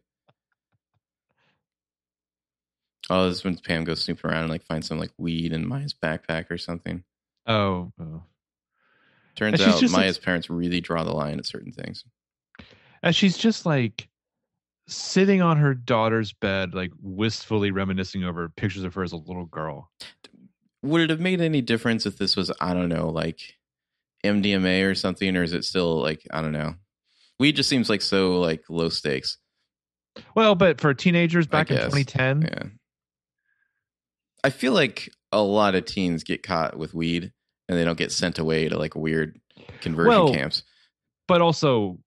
[SPEAKER 1] Oh, this is when Pam goes snooping around and like finds some like weed in Maya's backpack or something.
[SPEAKER 2] Oh, oh.
[SPEAKER 1] Turns
[SPEAKER 2] And she's
[SPEAKER 1] out
[SPEAKER 2] just, like-
[SPEAKER 1] Maya's parents really draw the line at certain things.
[SPEAKER 2] and she's just like sitting on her daughter's bed, like wistfully reminiscing over pictures of her as a little girl.
[SPEAKER 1] Would it have made any difference if this was, I don't know, like MDMA or something, or is it still like, I don't know? Weed just seems like so like low stakes.
[SPEAKER 2] Well, but for teenagers
[SPEAKER 1] I
[SPEAKER 2] back in
[SPEAKER 1] guess,
[SPEAKER 2] 2010,
[SPEAKER 1] Yeah. I feel like a lot of teens get caught with weed and they don't get sent away to like weird conversion
[SPEAKER 2] Well,
[SPEAKER 1] camps.
[SPEAKER 2] but also,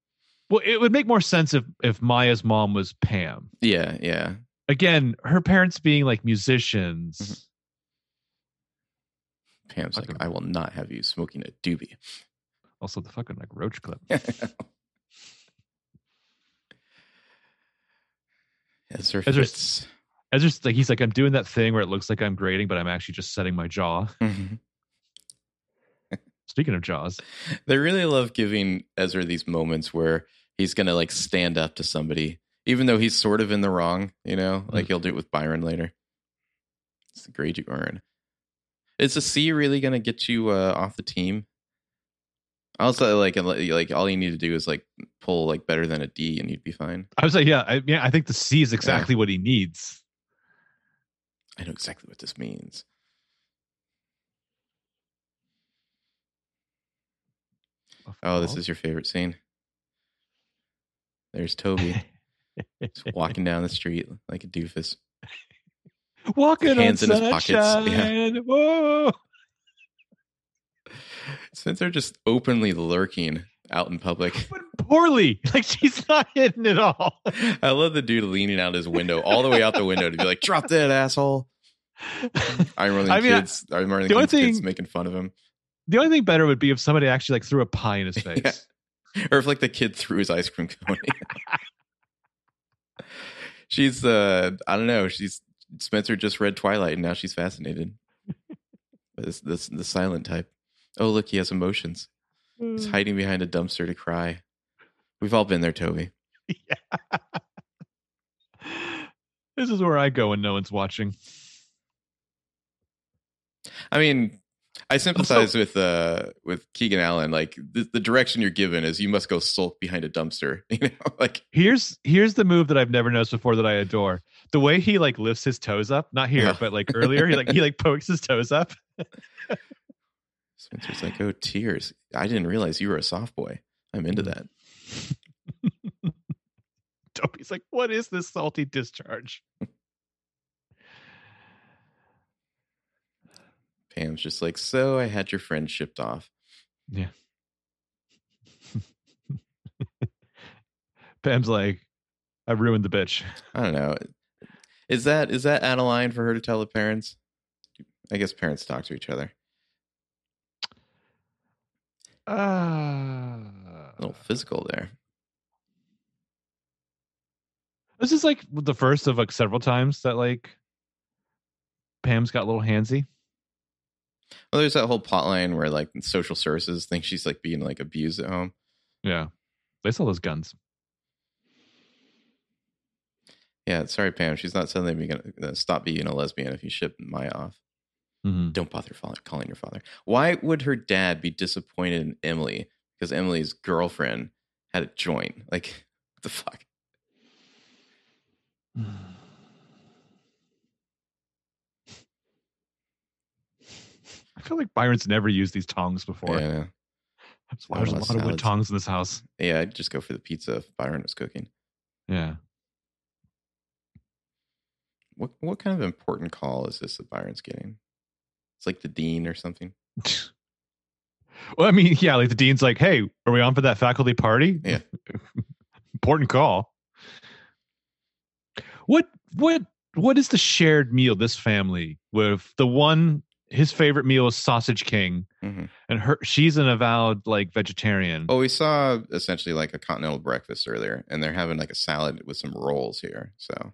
[SPEAKER 2] well, it would make more sense if if Maya's mom was Pam.
[SPEAKER 1] Yeah, yeah.
[SPEAKER 2] Again, her parents being like musicians.
[SPEAKER 1] Mhm. Pam's like,
[SPEAKER 2] Okay.
[SPEAKER 1] I will not have you smoking a doobie.
[SPEAKER 2] Also, the fucking like Roach Clip.
[SPEAKER 1] Ezra
[SPEAKER 2] Ezra-
[SPEAKER 1] Fitz.
[SPEAKER 2] As just like he's like, I'm doing that thing where it looks like I'm grading, but I'm actually just setting my jaw.
[SPEAKER 1] Mhm.
[SPEAKER 2] Speaking of jaws,
[SPEAKER 1] They really love giving Ezra these moments where he's gonna like stand up to somebody, even though he's sort of in the wrong, you know, like
[SPEAKER 2] Mhm.
[SPEAKER 1] he'll do it with Byron later. It's the grade you earn. Is a C really gonna get you uh, off the team? Also, like, unle- like all you need to do is like pull like better than a D, and you'd be fine.
[SPEAKER 2] I was like, yeah, I, yeah, I think the C is exactly what he needs.
[SPEAKER 1] I know exactly what this means. Oh, this is your favorite scene. There's Toby just walking down the street like a doofus.
[SPEAKER 2] walking
[SPEAKER 1] hands
[SPEAKER 2] on
[SPEAKER 1] in his pockets, yeah.
[SPEAKER 2] sunshine. Whoa.
[SPEAKER 1] Since they're just openly lurking out in public,
[SPEAKER 2] But poorly. Like she's not hidden at all.
[SPEAKER 1] I love the dude leaning out his window, all the way out the window, to be like, "Drop that asshole!" I'm running
[SPEAKER 2] I mean, I-
[SPEAKER 1] kids. I'm running
[SPEAKER 2] the only
[SPEAKER 1] kids, kids
[SPEAKER 2] thing-
[SPEAKER 1] making fun of him,
[SPEAKER 2] The only thing better would be if somebody actually like threw a pie in his face.
[SPEAKER 1] Yeah. or if like the kid threw his ice cream cone. she's, uh, I don't know. She's Spencer just read Twilight, and now she's fascinated. But this, this, the silent type. Oh, look, he has emotions. He's
[SPEAKER 2] Hmm.
[SPEAKER 1] hiding behind a dumpster to cry. We've all been there, Toby.
[SPEAKER 2] This is where I go when no one's watching.
[SPEAKER 1] I mean, I sympathize with uh with Keegan Allen. Like the, the direction you're given is you must go sulk behind a dumpster. You know, like
[SPEAKER 2] Here's here's the move that I've never noticed before that I adore. The way he like lifts his toes up, not here,
[SPEAKER 1] Yeah.
[SPEAKER 2] but like earlier, he like he like pokes his toes up.
[SPEAKER 1] Spencer's like, oh tears. I didn't realize you were a soft boy. I'm into that.
[SPEAKER 2] Toby's like, what is this salty discharge?
[SPEAKER 1] Pam's just like, so I had your friend shipped off.
[SPEAKER 2] Pam's like, I ruined the bitch.
[SPEAKER 1] I don't know. Is that is that out of line for her to tell the parents? I guess parents talk to each other.
[SPEAKER 2] Ah.
[SPEAKER 1] A little physical there.
[SPEAKER 2] This is like the first of like several times that like Pam's got a little handsy.
[SPEAKER 1] Well, there's that whole plot line where like social services think she's like being like abused at home.
[SPEAKER 2] Yeah. They sell those guns.
[SPEAKER 1] Yeah, sorry, Pam. She's not suddenly being gonna stop being a lesbian if you ship Maya off.
[SPEAKER 2] Mm-hmm.
[SPEAKER 1] Don't bother follow- calling your father. Why would her dad be disappointed in Emily because Emily's girlfriend had a joint? Like, what the fuck?
[SPEAKER 2] I feel like Byron's never used these tongs before.
[SPEAKER 1] Yeah,
[SPEAKER 2] That's why there's a
[SPEAKER 1] Oh,
[SPEAKER 2] lot of wood
[SPEAKER 1] salads.
[SPEAKER 2] tongs in this house.
[SPEAKER 1] yeah. I'd just go for the pizza if Byron was cooking.
[SPEAKER 2] Yeah.
[SPEAKER 1] What what kind of important call is this that Byron's getting? It's like the dean or something.
[SPEAKER 2] Well, I mean, yeah, like the dean's like, hey, are we on for that faculty party?
[SPEAKER 1] Yeah.
[SPEAKER 2] Important call. What what what is the shared meal this family with the one his favorite meal is sausage king
[SPEAKER 1] Mhm.
[SPEAKER 2] and her she's an avowed like vegetarian.
[SPEAKER 1] Well, Oh, we saw essentially like a continental breakfast earlier, and they're having like a salad with some rolls here. So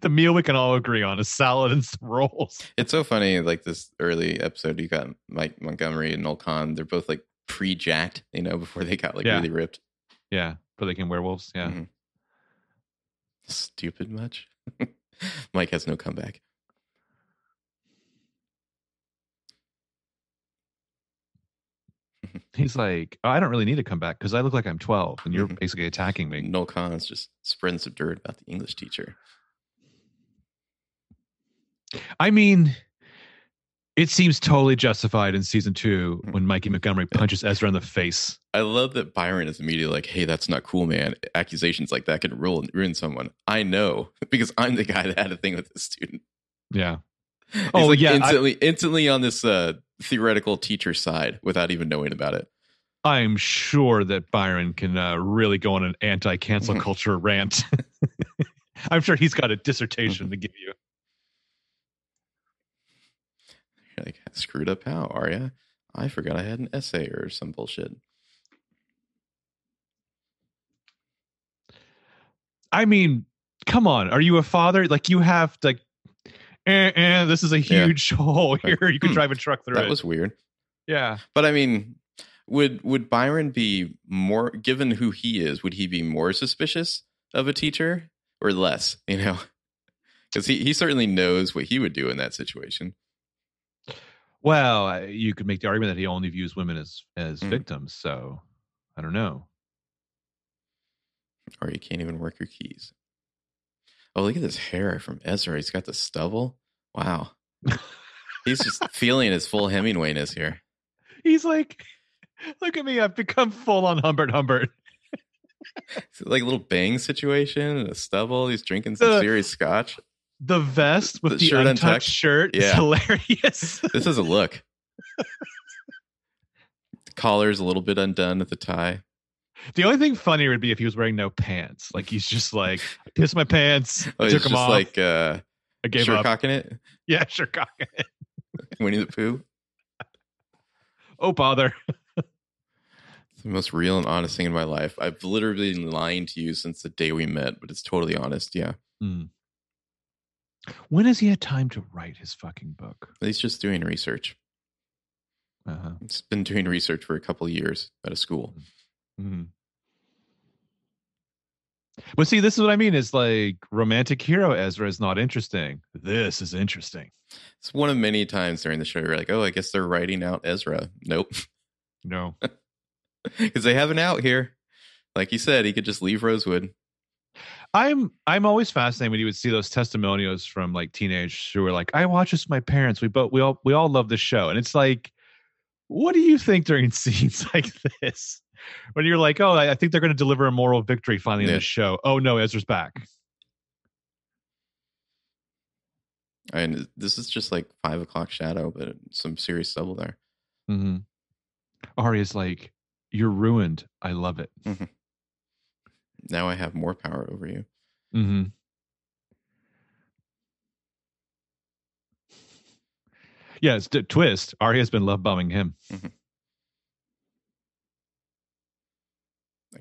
[SPEAKER 2] the meal we can all agree on is salad and some rolls.
[SPEAKER 1] It's so funny, like this early episode, you got Mike Montgomery and Noel Khan. They're both like pre jacked, you know, before they got like
[SPEAKER 2] Yeah.
[SPEAKER 1] really ripped.
[SPEAKER 2] Yeah, but they can werewolves. Yeah.
[SPEAKER 1] Mhm. Stupid much. Mike has no comeback.
[SPEAKER 2] He's like, oh, I don't really need to come back because I look like I'm 12 and you're
[SPEAKER 1] Mhm.
[SPEAKER 2] basically attacking me.
[SPEAKER 1] Noel Khan's just spreading some dirt about the English teacher.
[SPEAKER 2] I mean, it seems totally justified in season two when Mikey Montgomery punches Ezra in the face.
[SPEAKER 1] I love that Byron is immediately like, hey, that's not cool, man. Accusations like that can ruin, ruin someone. I know because I'm the guy that had a thing with this student.
[SPEAKER 2] Yeah.
[SPEAKER 1] He's
[SPEAKER 2] Oh,
[SPEAKER 1] like
[SPEAKER 2] yeah, I-
[SPEAKER 1] instantly, instantly on this uh, theoretical teacher side without even knowing about it.
[SPEAKER 2] I'm sure that Byron can uh, really go on an anti cancel
[SPEAKER 1] Mhm.
[SPEAKER 2] culture rant. I'm sure he's got a dissertation to give you.
[SPEAKER 1] You're like, screwed up how, Arya? I forgot I had an essay or some bullshit.
[SPEAKER 2] I mean, come on. Are you a father? Like, you have to. Eh, eh, this is a
[SPEAKER 1] Yeah.
[SPEAKER 2] huge hole
[SPEAKER 1] Like,
[SPEAKER 2] here. You could
[SPEAKER 1] hmm,
[SPEAKER 2] drive a truck through
[SPEAKER 1] That
[SPEAKER 2] it.
[SPEAKER 1] was weird.
[SPEAKER 2] yeah.
[SPEAKER 1] But I mean, would would Byron be more given who he is, would he be more suspicious of a teacher or less, you know? Because he, he certainly knows what he would do in that situation.
[SPEAKER 2] Well, I- you could make the argument that he only views women as as
[SPEAKER 1] Mhm.
[SPEAKER 2] victims. So, I don't know.
[SPEAKER 1] Or you can't even work your keys. Oh, look at this hair from Ezra. He's got the stubble. Wow. He's just feeling his full Hemingwayness here.
[SPEAKER 2] He's like, look at me, I've become full on Humbert Humbert.
[SPEAKER 1] It's like a little bang situation and a stubble. He's drinking some
[SPEAKER 2] The-
[SPEAKER 1] serious scotch.
[SPEAKER 2] The vest with
[SPEAKER 1] The
[SPEAKER 2] the,
[SPEAKER 1] shirt
[SPEAKER 2] untouched
[SPEAKER 1] untucked?
[SPEAKER 2] shirt is
[SPEAKER 1] Yeah.
[SPEAKER 2] hilarious.
[SPEAKER 1] This is a look. the collar's a little bit undone at the tie.
[SPEAKER 2] the only thing funnier would be if he was wearing no pants. Like he's just like, I pissed my pants,
[SPEAKER 1] Oh,
[SPEAKER 2] I
[SPEAKER 1] he's
[SPEAKER 2] took
[SPEAKER 1] just
[SPEAKER 2] them off,
[SPEAKER 1] like uh,
[SPEAKER 2] I gave
[SPEAKER 1] shirt
[SPEAKER 2] up.
[SPEAKER 1] cocking it.
[SPEAKER 2] Yeah, sure, cock.
[SPEAKER 1] Winnie the Pooh.
[SPEAKER 2] Oh bother.
[SPEAKER 1] It's the most real and honest thing in my life. I've literally been lying to you since the day we met, but it's totally honest. Yeah.
[SPEAKER 2] Hmm. When has he had time to write his fucking book?
[SPEAKER 1] He's just doing research.
[SPEAKER 2] Uh-huh.
[SPEAKER 1] He's been doing research for a couple of years at a school.
[SPEAKER 2] Mhm. But see, this is what I mean. Is like romantic hero Ezra is not interesting. This is interesting.
[SPEAKER 1] It's one of many times during the show you're like, oh, I guess they're writing out Ezra. Nope.
[SPEAKER 2] No.
[SPEAKER 1] Because they have an out here. Like you said, he could just leave Rosewood.
[SPEAKER 2] I'm I'm always fascinated when you would see those testimonials from like teenagers who were like, I watch this with my parents. We both we all we all love the show. And it's like, what do you think during scenes like this? When you're like, oh, I I think they're gonna deliver a moral victory finally in
[SPEAKER 1] Yeah.
[SPEAKER 2] the show. Oh no, Ezra's back.
[SPEAKER 1] And this is just like five o'clock shadow, but some serious double there.
[SPEAKER 2] Mm-hmm. Arya's like, You're ruined. I love it.
[SPEAKER 1] Now I have more power over you.
[SPEAKER 2] Mm-hmm. Yeah, it's d- twist. Arya's been love bombing him.
[SPEAKER 1] I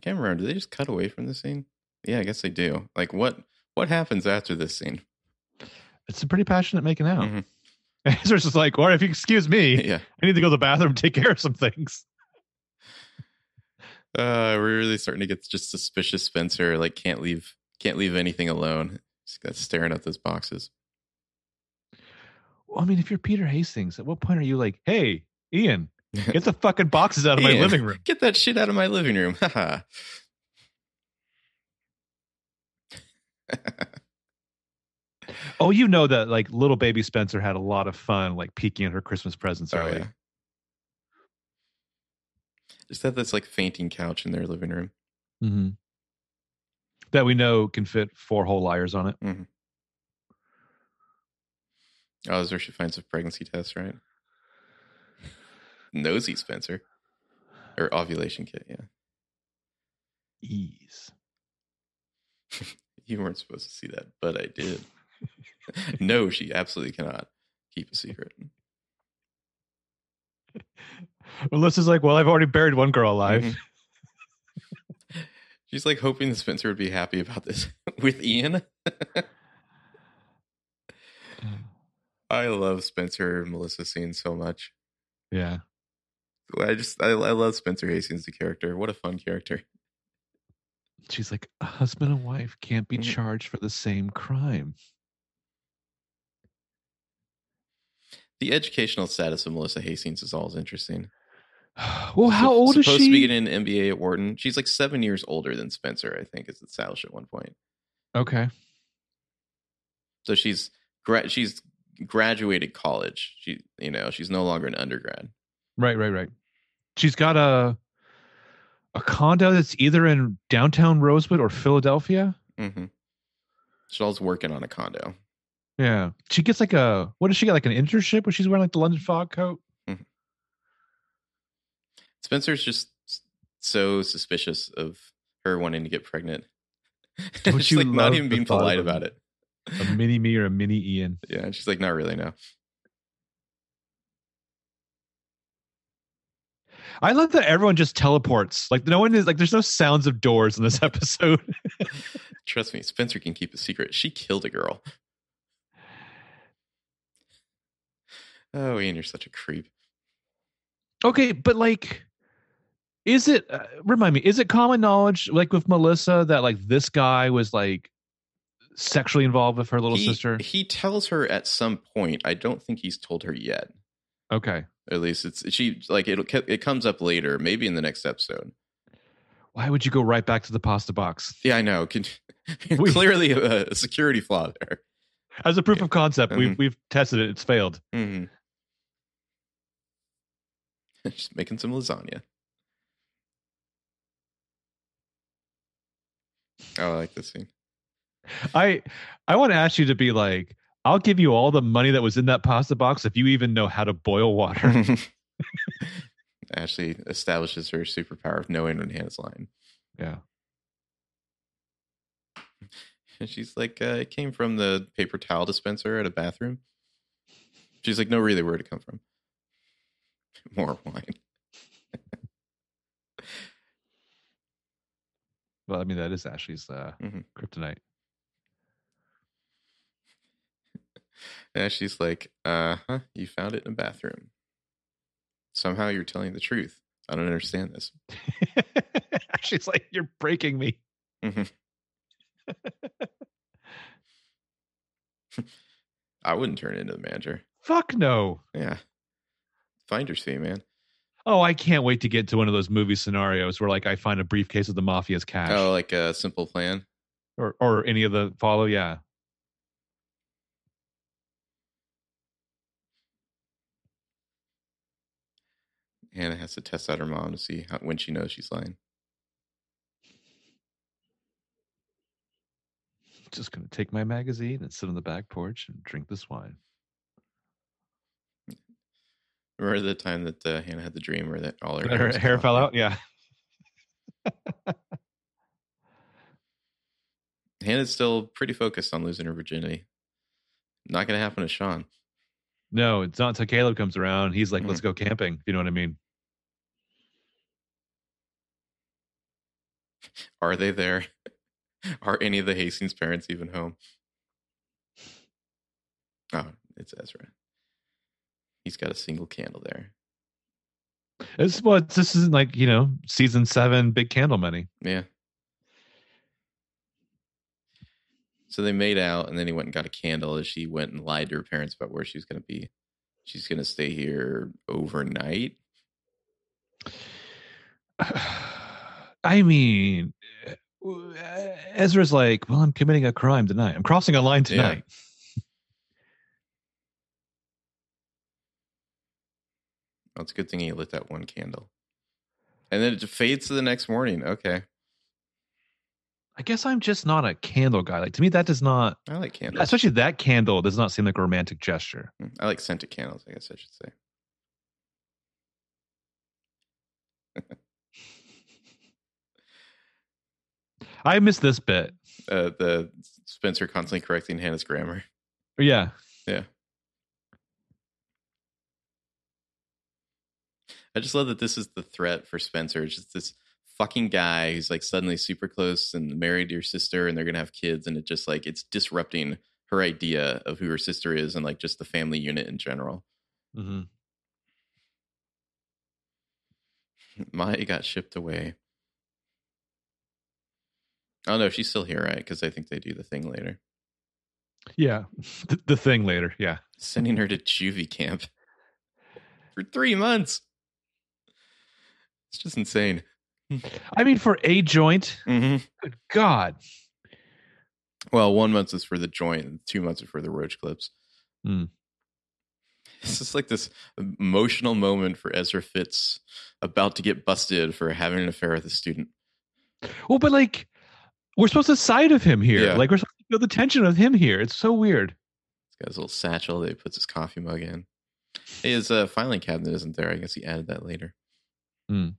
[SPEAKER 1] can't remember. Do they just cut away from the scene? Yeah, I guess they do. Like what what happens after this scene?
[SPEAKER 2] It's a pretty passionate making out.
[SPEAKER 1] Mhm.
[SPEAKER 2] Ezra's just like, or if you excuse me,
[SPEAKER 1] Yeah.
[SPEAKER 2] I need to go to the bathroom and take care of some things.
[SPEAKER 1] Uh we're really starting to get just suspicious Spencer, like can't leave can't leave anything alone. Just got staring at those boxes.
[SPEAKER 2] Well, I mean, if you're Peter Hastings, at what point are you like, hey, Ian, get the fucking boxes out of my
[SPEAKER 1] Ian.
[SPEAKER 2] living room?
[SPEAKER 1] Get that shit out of my living room. Haha.
[SPEAKER 2] Oh, you know that like little baby Spencer had a lot of fun like peeking at her Christmas presents
[SPEAKER 1] Oh
[SPEAKER 2] early.
[SPEAKER 1] yeah. Just have this like fainting couch in their living room.
[SPEAKER 2] mm-hmm. that we know can fit four whole liars on it.
[SPEAKER 1] Oh, is where she finds a pregnancy test, right? Nosy Spencer. Or ovulation kit, yeah.
[SPEAKER 2] Ease.
[SPEAKER 1] You weren't supposed to see that, but I did. no, she absolutely cannot keep a secret.
[SPEAKER 2] Melissa's like, well, I've already buried one girl alive.
[SPEAKER 1] Mhm. She's like hoping that Spencer would be happy about this with Ian.
[SPEAKER 2] Mm-hmm.
[SPEAKER 1] I love Spencer and Melissa scene so much.
[SPEAKER 2] Yeah.
[SPEAKER 1] I just I, I love Spencer Hastings the character. What a fun character.
[SPEAKER 2] She's like, a husband and wife can't be
[SPEAKER 1] Mhm.
[SPEAKER 2] charged for the same crime.
[SPEAKER 1] The educational status of Melissa Hastings is always interesting.
[SPEAKER 2] well, how
[SPEAKER 1] Sup-
[SPEAKER 2] old is
[SPEAKER 1] supposed to be
[SPEAKER 2] she?
[SPEAKER 1] getting an MBA at Wharton. She's like seven years older than Spencer, I think, is established at one point.
[SPEAKER 2] okay.
[SPEAKER 1] So she's gra- she's graduated college. She you know she's no longer an undergrad.
[SPEAKER 2] Right, right, right. She's got a a condo that's either in downtown Rosewood or Philadelphia.
[SPEAKER 1] Mm-hmm. She's always working on a condo.
[SPEAKER 2] Yeah. She gets like a what does she get? Like an internship where she's wearing like the London fog coat?
[SPEAKER 1] Spencer's just s- so suspicious of her wanting to get pregnant.
[SPEAKER 2] Don't
[SPEAKER 1] she's
[SPEAKER 2] you
[SPEAKER 1] like not
[SPEAKER 2] love
[SPEAKER 1] even
[SPEAKER 2] the
[SPEAKER 1] being
[SPEAKER 2] thought
[SPEAKER 1] polite
[SPEAKER 2] of
[SPEAKER 1] about it.
[SPEAKER 2] A mini me or a mini Ian.
[SPEAKER 1] Yeah, and she's like, not really. No,
[SPEAKER 2] I love that everyone just teleports. Like no one is like there's no sounds of doors in this episode.
[SPEAKER 1] trust me, Spencer can keep a secret. She killed a girl. Oh, Ian, you're such a creep.
[SPEAKER 2] Okay, but like, is it? Uh, remind me, is it common knowledge, like with Melissa, that like this guy was like sexually involved with her little
[SPEAKER 1] he,
[SPEAKER 2] sister?
[SPEAKER 1] He tells her at some point. I don't think he's told her yet.
[SPEAKER 2] Okay.
[SPEAKER 1] At least it's she like it. It comes up later, maybe in the next episode.
[SPEAKER 2] Why would you go right back to the pasta box?
[SPEAKER 1] Yeah, I know. Can,
[SPEAKER 2] We-
[SPEAKER 1] clearly a, a security flaw there.
[SPEAKER 2] As a proof of concept, we've
[SPEAKER 1] Mhm.
[SPEAKER 2] we've tested it. It's failed.
[SPEAKER 1] Mhm. Just making some lasagna. Oh, I like this scene.
[SPEAKER 2] I I want to ask you to be like, I'll give you all the money that was in that pasta box if you even know how to boil water.
[SPEAKER 1] Mm-hmm. Ashley establishes her superpower of knowing when Hannah's lying.
[SPEAKER 2] yeah.
[SPEAKER 1] And she's like, uh, it came from the paper towel dispenser at a bathroom. She's like, no, really, where'd it come from? More wine.
[SPEAKER 2] Well, I mean that is Ashley's uh,
[SPEAKER 1] Mhm.
[SPEAKER 2] kryptonite.
[SPEAKER 1] And she's like, uh huh, you found it in a bathroom. Somehow you're telling the truth. I don't understand this.
[SPEAKER 2] Ashley's like, you're breaking me.
[SPEAKER 1] I wouldn't turn it into the manager.
[SPEAKER 2] Fuck no.
[SPEAKER 1] Yeah. Finder's fee, man.
[SPEAKER 2] Oh, I can't wait to get to one of those movie scenarios where like I find a briefcase of the mafia's cash
[SPEAKER 1] Oh, like a simple plan.
[SPEAKER 2] or or any of the follow. Yeah.
[SPEAKER 1] Hannah has to test out her mom to see how, when she knows she's lying.
[SPEAKER 2] Just gonna take my magazine and sit on the back porch and drink this wine.
[SPEAKER 1] Remember the time that uh, Hannah had the dream where that all her,
[SPEAKER 2] Her
[SPEAKER 1] was
[SPEAKER 2] hair
[SPEAKER 1] cut
[SPEAKER 2] fell
[SPEAKER 1] off?
[SPEAKER 2] out. Yeah.
[SPEAKER 1] Hannah's still pretty focused on losing her virginity. Not going to happen to Sean.
[SPEAKER 2] No, it's not until Caleb comes around. He's like,
[SPEAKER 1] Mhm.
[SPEAKER 2] let's go camping. if You know what I mean?
[SPEAKER 1] Are they there? Are any of the Hastings parents even home? Oh, it's Ezra. He's got a single candle there.
[SPEAKER 2] This what this isn't like, you know, season seven big candle money.
[SPEAKER 1] Yeah. So they made out, and then he went and got a candle as she went and lied to her parents about where she was going to be. She's going to stay here overnight.
[SPEAKER 2] I mean uh, Ezra's like, well, I'm committing a crime tonight. I'm crossing a line
[SPEAKER 1] Yeah.
[SPEAKER 2] tonight.
[SPEAKER 1] Well, it's a good thing he lit that one candle. And then it fades to the next morning. Okay.
[SPEAKER 2] I guess I'm just not a candle guy. Like to me, that does not
[SPEAKER 1] I like candles.
[SPEAKER 2] especially that candle does not seem like a romantic gesture.
[SPEAKER 1] Mm, I like scented candles, I guess I should say.
[SPEAKER 2] I miss this bit.
[SPEAKER 1] Uh, the Spencer constantly correcting Hannah's grammar.
[SPEAKER 2] Yeah.
[SPEAKER 1] I just love that this is the threat for Spencer. It's just this fucking guy who's like suddenly super close and married to your sister and they're going to have kids. And it just like, it's disrupting her idea of who her sister is and like just the family unit in general.
[SPEAKER 2] Mm-hmm.
[SPEAKER 1] Maya got shipped away. Oh no, she's still here, right? Because I think they do the thing later.
[SPEAKER 2] Yeah. The, the thing later. Yeah.
[SPEAKER 1] sending her to juvie camp for three months. It's just insane.
[SPEAKER 2] I mean, for a joint,
[SPEAKER 1] Mm-hmm.
[SPEAKER 2] good God.
[SPEAKER 1] Well, one month is for the joint, and two months are for the roach clips.
[SPEAKER 2] Hmm.
[SPEAKER 1] It's just like this emotional moment for Ezra Fitz about to get busted for having an affair with a student.
[SPEAKER 2] Well, but like we're supposed to side of him here.
[SPEAKER 1] Yeah.
[SPEAKER 2] Like we're supposed to feel the tension of him here. It's so weird.
[SPEAKER 1] He's got his little satchel that he puts his coffee mug in. His uh, filing cabinet isn't there. I guess he added that later.
[SPEAKER 2] Hmm.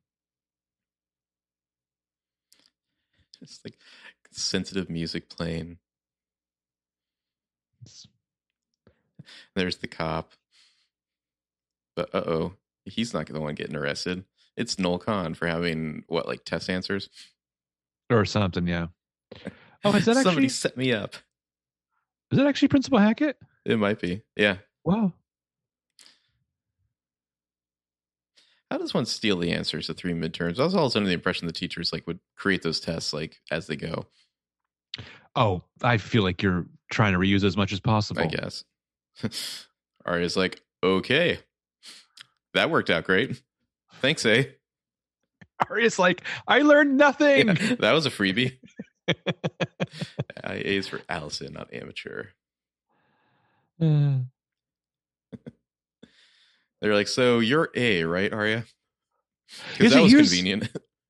[SPEAKER 1] It's like sensitive music playing.
[SPEAKER 2] It's-
[SPEAKER 1] There's the cop. But uh oh, he's not the one getting arrested. It's Noel Khan for having what, like test answers?
[SPEAKER 2] Or something, yeah. Oh, is that
[SPEAKER 1] somebody
[SPEAKER 2] actually is
[SPEAKER 1] set me up?
[SPEAKER 2] that actually Principal Hackett?
[SPEAKER 1] It might be. Yeah.
[SPEAKER 2] Wow.
[SPEAKER 1] How does one steal the answers to three midterms? I was always under the impression the teachers like would create those tests like as they go.
[SPEAKER 2] Oh, I feel like you're trying to reuse as much as possible.
[SPEAKER 1] I guess. Ari is like, okay, that worked out great. Thanks, eh?
[SPEAKER 2] Arya's like, I learned nothing.
[SPEAKER 1] Yeah, that was a freebie. I is for Allison, not amateur.
[SPEAKER 2] Uh,
[SPEAKER 1] They're like, so you're A, right, Arya?
[SPEAKER 2] Here's
[SPEAKER 1] Because that
[SPEAKER 2] a-
[SPEAKER 1] was
[SPEAKER 2] here's-
[SPEAKER 1] convenient.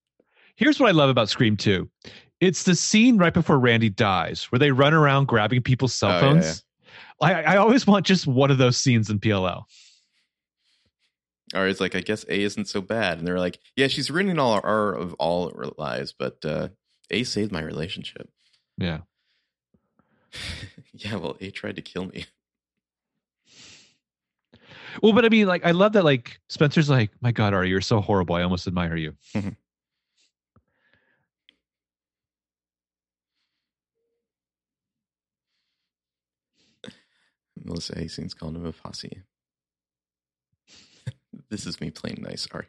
[SPEAKER 2] Here's what I love about Scream 2. It's the scene right before Randy dies where they run around grabbing people's
[SPEAKER 1] Oh, yeah,
[SPEAKER 2] cell phones. I, I always want just one of those scenes in PLL.
[SPEAKER 1] Arya's like, I guess A isn't so bad. And they're like, yeah, she's ruining all our, our of all our lives, but uh, A saved my relationship.
[SPEAKER 2] Yeah.
[SPEAKER 1] yeah, well, A tried to kill me.
[SPEAKER 2] Well, but I mean, like, I love that, like, Spencer's like, my God, Ari, you're so horrible. I almost admire you.
[SPEAKER 1] Mhm. Melissa Hastings called him a posse. this is me playing nice, Arya.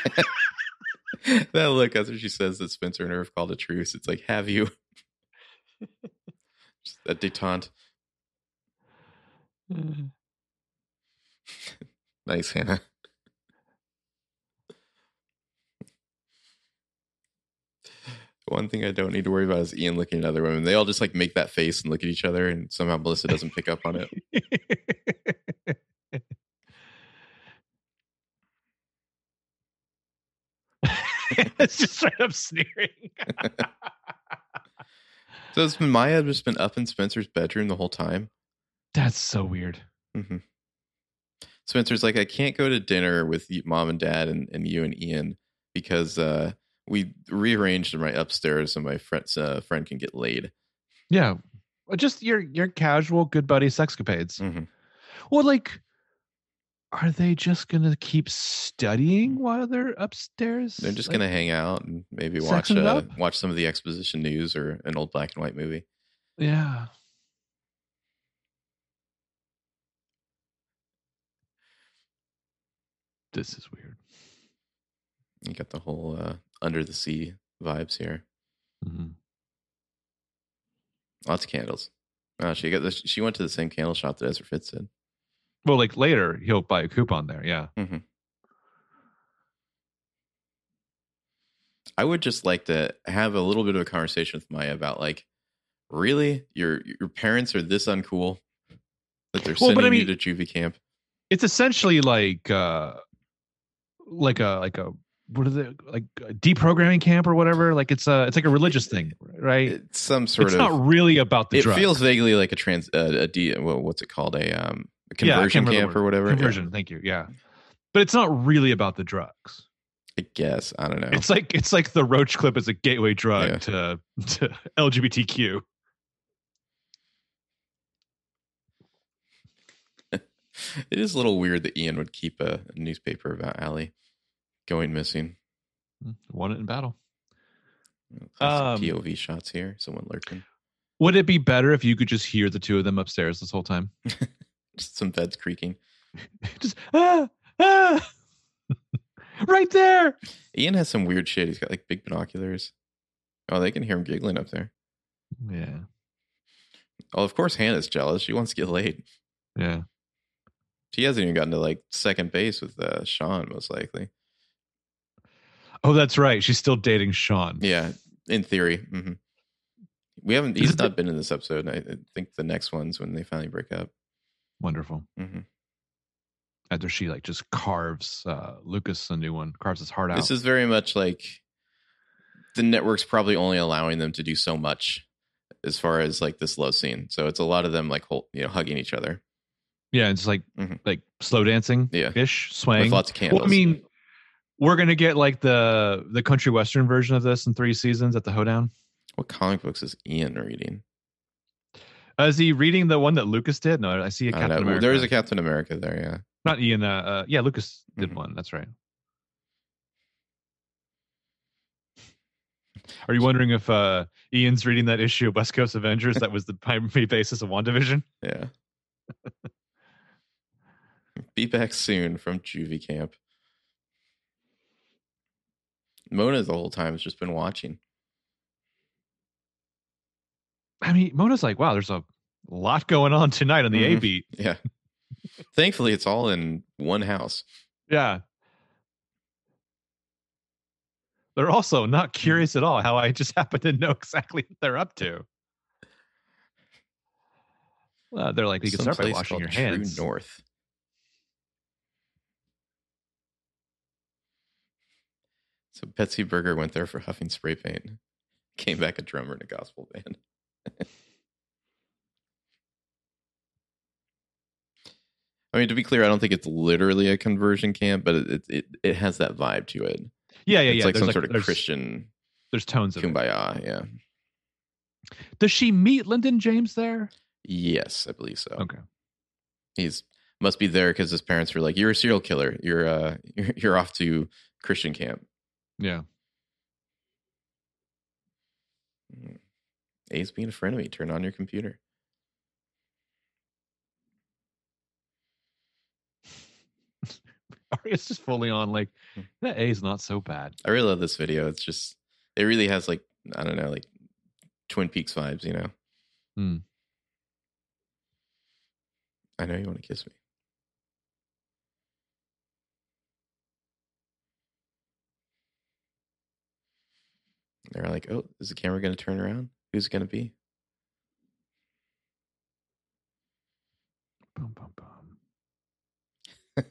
[SPEAKER 1] that look after she says that Spencer and her have called a truce. It's like, have you? Just that detente. Mm-hmm. Nice, Hannah. One thing I don't need to worry about is Ian looking at other women. They all just like make that face and look at each other, and somehow Melissa doesn't pick up on it.
[SPEAKER 2] it's just straight up sneering.
[SPEAKER 1] So it's been Maya just been up in Spencer's bedroom the whole time.
[SPEAKER 2] That's so weird.
[SPEAKER 1] hmm Spencer's like, I can't go to dinner with y- mom and dad and, and you and Ian because uh, we rearranged my upstairs so my friend's uh, friend can get laid.
[SPEAKER 2] Yeah. Well, Just your your casual good buddy sexcapades.
[SPEAKER 1] Mhm.
[SPEAKER 2] Well, like, are they just gonna keep studying while they're upstairs?
[SPEAKER 1] Mm. They're just
[SPEAKER 2] Like,
[SPEAKER 1] gonna hang out and maybe
[SPEAKER 2] Sex
[SPEAKER 1] watch
[SPEAKER 2] and it
[SPEAKER 1] uh,
[SPEAKER 2] up?
[SPEAKER 1] watch some of the exposition news or an old black and white movie.
[SPEAKER 2] Yeah. This is weird.
[SPEAKER 1] You got the whole uh, under the sea vibes here. Mm-hmm.
[SPEAKER 2] Mhm.
[SPEAKER 1] Lots of candles. Oh, she got the, she went to the same candle shop that Ezra Fitz did.
[SPEAKER 2] Well, like later he'll buy a coupon there. Yeah.
[SPEAKER 1] I would just like to have a little bit of a conversation with Maya about like, really, your your parents are this uncool that they're
[SPEAKER 2] Well,
[SPEAKER 1] sending
[SPEAKER 2] but I
[SPEAKER 1] you to
[SPEAKER 2] mean-
[SPEAKER 1] juvie camp.
[SPEAKER 2] It's essentially like uh like a like a what is it like a deprogramming camp or whatever? Like it's a it's like a religious thing, right?
[SPEAKER 1] It's some sort
[SPEAKER 2] It's
[SPEAKER 1] of.
[SPEAKER 2] not really about the
[SPEAKER 1] it
[SPEAKER 2] drug.
[SPEAKER 1] feels vaguely like a trans uh, a D, well, what's it called a um a
[SPEAKER 2] Yeah, I
[SPEAKER 1] conversion
[SPEAKER 2] can't remember the
[SPEAKER 1] camp
[SPEAKER 2] word.
[SPEAKER 1] or whatever Yeah,
[SPEAKER 2] Conversion, thank you. Yeah. But it's not really about the drugs.
[SPEAKER 1] I guess I don't know.
[SPEAKER 2] It's like it's like the roach clip is a gateway drug
[SPEAKER 1] Yeah.
[SPEAKER 2] to, to LGBTQ.
[SPEAKER 1] it is a little weird that Ian would keep a newspaper about Allie going missing.
[SPEAKER 2] Won it in battle.
[SPEAKER 1] Classic
[SPEAKER 2] Um,
[SPEAKER 1] POV shots here. Someone lurking.
[SPEAKER 2] Would it be better if you could just hear the two of them upstairs this whole time?
[SPEAKER 1] Just some beds creaking.
[SPEAKER 2] Just ah, ah, right there.
[SPEAKER 1] Ian has some weird shit. He's got like big binoculars. Oh, they can hear him giggling up there.
[SPEAKER 2] Yeah,
[SPEAKER 1] Oh, of course Hannah's jealous. She wants to get laid.
[SPEAKER 2] yeah.
[SPEAKER 1] She hasn't even gotten to like second base with uh, Sean, most likely.
[SPEAKER 2] Oh, that's right. She's still dating Sean.
[SPEAKER 1] Yeah, in theory. hmm We haven't.
[SPEAKER 2] Is
[SPEAKER 1] He's
[SPEAKER 2] it
[SPEAKER 1] not been in this episode. and I I think the next one's when they finally break up.
[SPEAKER 2] Wonderful.
[SPEAKER 1] hmm
[SPEAKER 2] After she like just carves uh, Lucas a new one, carves his heart out.
[SPEAKER 1] This is very much like the network's probably only allowing them to do so much as far as like this love scene. So it's a lot of them like hol- you know hugging each other
[SPEAKER 2] yeah, it's like
[SPEAKER 1] Mhm.
[SPEAKER 2] like slow dancing,
[SPEAKER 1] Yeah.
[SPEAKER 2] ish, swaying.
[SPEAKER 1] with lots of candles.
[SPEAKER 2] Well, I mean, we're gonna get like the the country western version of this in three seasons at the hoedown.
[SPEAKER 1] what comic books is Ian reading?
[SPEAKER 2] Uh, is he reading the one that Lucas did? No, I see a
[SPEAKER 1] I don't
[SPEAKER 2] Captain
[SPEAKER 1] know.
[SPEAKER 2] America.
[SPEAKER 1] Uh, There is a Captain America there. Yeah.
[SPEAKER 2] not Ian. Uh, uh, yeah, Lucas did
[SPEAKER 1] Mhm.
[SPEAKER 2] one. That's right. Are you wondering if uh, Ian's reading that issue of West Coast Avengers that was the primary basis of WandaVision?
[SPEAKER 1] Yeah. Be back soon from juvie camp. Mona the whole time has just been watching.
[SPEAKER 2] I mean, Mona's like, wow, there's a lot going on tonight on the A
[SPEAKER 1] Mhm.
[SPEAKER 2] beat.
[SPEAKER 1] Yeah. Thankfully, it's all in one house.
[SPEAKER 2] Yeah. they're also not
[SPEAKER 1] Mm-hmm.
[SPEAKER 2] curious at all how I just happen to know exactly what they're up to. Well, they're like, you can start by
[SPEAKER 1] Someplace
[SPEAKER 2] washing
[SPEAKER 1] called
[SPEAKER 2] your hands.
[SPEAKER 1] True North. So Betsy Berger went there for huffing spray paint. Came back a drummer in a gospel band. I mean, to be clear, I don't think it's literally a conversion camp, but it it, it has that vibe to it.
[SPEAKER 2] Yeah, yeah,
[SPEAKER 1] it's
[SPEAKER 2] yeah.
[SPEAKER 1] like
[SPEAKER 2] there's
[SPEAKER 1] some sort of
[SPEAKER 2] there's,
[SPEAKER 1] Christian
[SPEAKER 2] There's tones of it.
[SPEAKER 1] kumbaya. Yeah.
[SPEAKER 2] Does she meet Lyndon James there?
[SPEAKER 1] Yes, I believe so.
[SPEAKER 2] Okay.
[SPEAKER 1] he's must be there because his parents were like, "You're a serial killer. You're uh, you're, you're off to Christian camp."
[SPEAKER 2] Yeah.
[SPEAKER 1] Mm-hmm. A's being a friend of me. Turn on your computer.
[SPEAKER 2] It's just fully on like
[SPEAKER 1] Hmm.
[SPEAKER 2] that A is not so bad.
[SPEAKER 1] I really love this video. It's just it really has like I don't know like Twin Peaks vibes. You know.
[SPEAKER 2] Hmm.
[SPEAKER 1] I know you want to kiss me. They're like, oh, is the camera going to turn around? Who's it going to be?
[SPEAKER 2] Boom, boom, boom.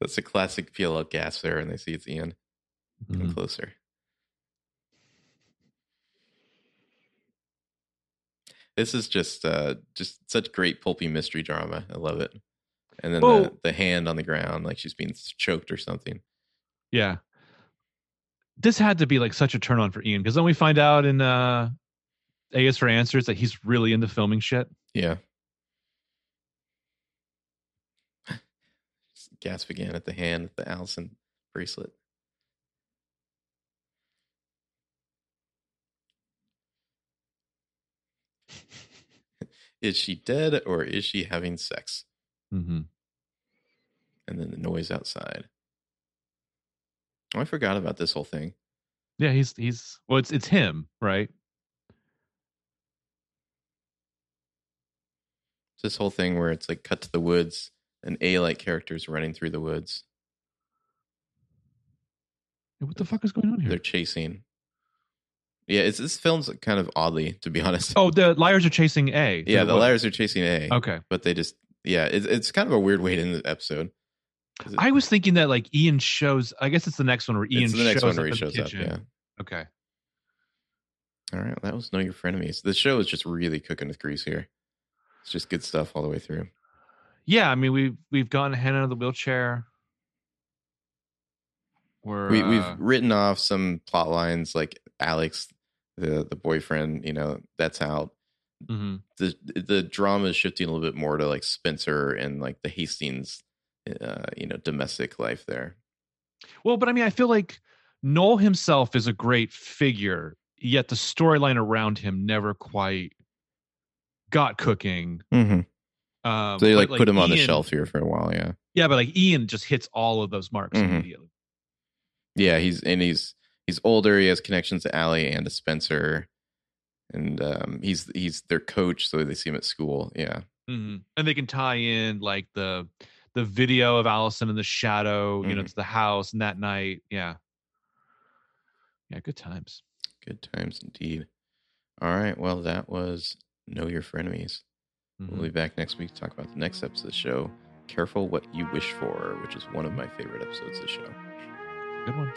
[SPEAKER 1] That's a classic PLL gas there, and they see it's Ian. Get him
[SPEAKER 2] Mhm.
[SPEAKER 1] closer. This is just uh just such great pulpy mystery drama. I love it. And then the,
[SPEAKER 2] Well-
[SPEAKER 1] the hand on the ground, like she's being choked or something.
[SPEAKER 2] Yeah. This had to be like such a turn on for Ian because then we find out in uh A is for answers that he's really into filming shit.
[SPEAKER 1] Yeah. Gasp again at the hand with the Allison bracelet. is she dead or is she having sex?
[SPEAKER 2] Mm-hmm.
[SPEAKER 1] And then the noise outside. Oh, I forgot about this whole thing.
[SPEAKER 2] Yeah, he's he's well, it's it's him, right?
[SPEAKER 1] this whole thing where it's like cut to the woods and A like characters running through the woods.
[SPEAKER 2] What the fuck is going on
[SPEAKER 1] They're
[SPEAKER 2] here?
[SPEAKER 1] chasing. Yeah, it's this film's kind of oddly, to be honest.
[SPEAKER 2] Oh, the liars are chasing A.
[SPEAKER 1] yeah,
[SPEAKER 2] Is
[SPEAKER 1] the
[SPEAKER 2] what-
[SPEAKER 1] liars are chasing A,
[SPEAKER 2] Okay.
[SPEAKER 1] but they just yeah, it's it's kind of a weird way to end the episode. 'Cause it-
[SPEAKER 2] I was thinking that like Ian shows. I guess it's the next one where Ian
[SPEAKER 1] it's the next
[SPEAKER 2] shows
[SPEAKER 1] one
[SPEAKER 2] up
[SPEAKER 1] where he
[SPEAKER 2] in the
[SPEAKER 1] shows up.
[SPEAKER 2] kitchen.
[SPEAKER 1] Yeah.
[SPEAKER 2] Okay.
[SPEAKER 1] All right, that was know your frenemies. The show is just really cooking with grease here. It's just good stuff all the way through.
[SPEAKER 2] Yeah, I mean we've we've gotten Hannah out of the wheelchair. We're,
[SPEAKER 1] we, we've
[SPEAKER 2] uh,
[SPEAKER 1] written off some plot lines like Alex, the the boyfriend. You know, that's out.
[SPEAKER 2] mhm.
[SPEAKER 1] the the drama is shifting a little bit more to like Spencer and like the Hastings, uh, you know, domestic life there.
[SPEAKER 2] Well, but I mean, I feel like Noel himself is a great figure, yet the storyline around him never quite got cooking.
[SPEAKER 1] Mm-hmm.
[SPEAKER 2] Um,
[SPEAKER 1] So they
[SPEAKER 2] but,
[SPEAKER 1] like, put him on the
[SPEAKER 2] Ian-
[SPEAKER 1] shelf here for a while. Yeah,
[SPEAKER 2] Yeah, but like Ian just hits all of those marks
[SPEAKER 1] Mhm.
[SPEAKER 2] immediately.
[SPEAKER 1] yeah. He's and he's he's older. He has connections to Allie and to Spencer, and um, he's he's their coach, so they see him at school. Yeah,
[SPEAKER 2] Mhm. And they can tie in like the the video of Allison in the shadow, you know,
[SPEAKER 1] Mhm.
[SPEAKER 2] to the house and that night. Yeah. Yeah, good times.
[SPEAKER 1] good times indeed. All right, well, that was know your frenemies.
[SPEAKER 2] Mhm.
[SPEAKER 1] We'll be back next week to talk about the next episode of the show. Careful what you wish for, which is one of my favorite episodes of the show.
[SPEAKER 2] Good one.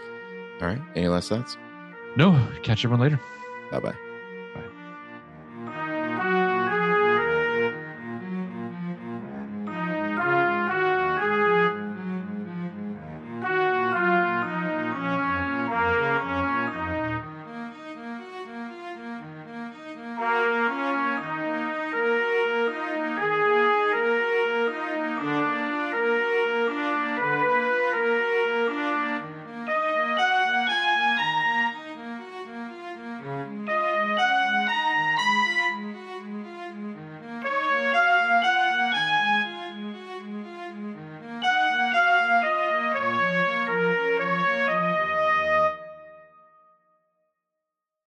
[SPEAKER 1] All right, any last thoughts?
[SPEAKER 2] No, catch everyone later.
[SPEAKER 1] Bye bye.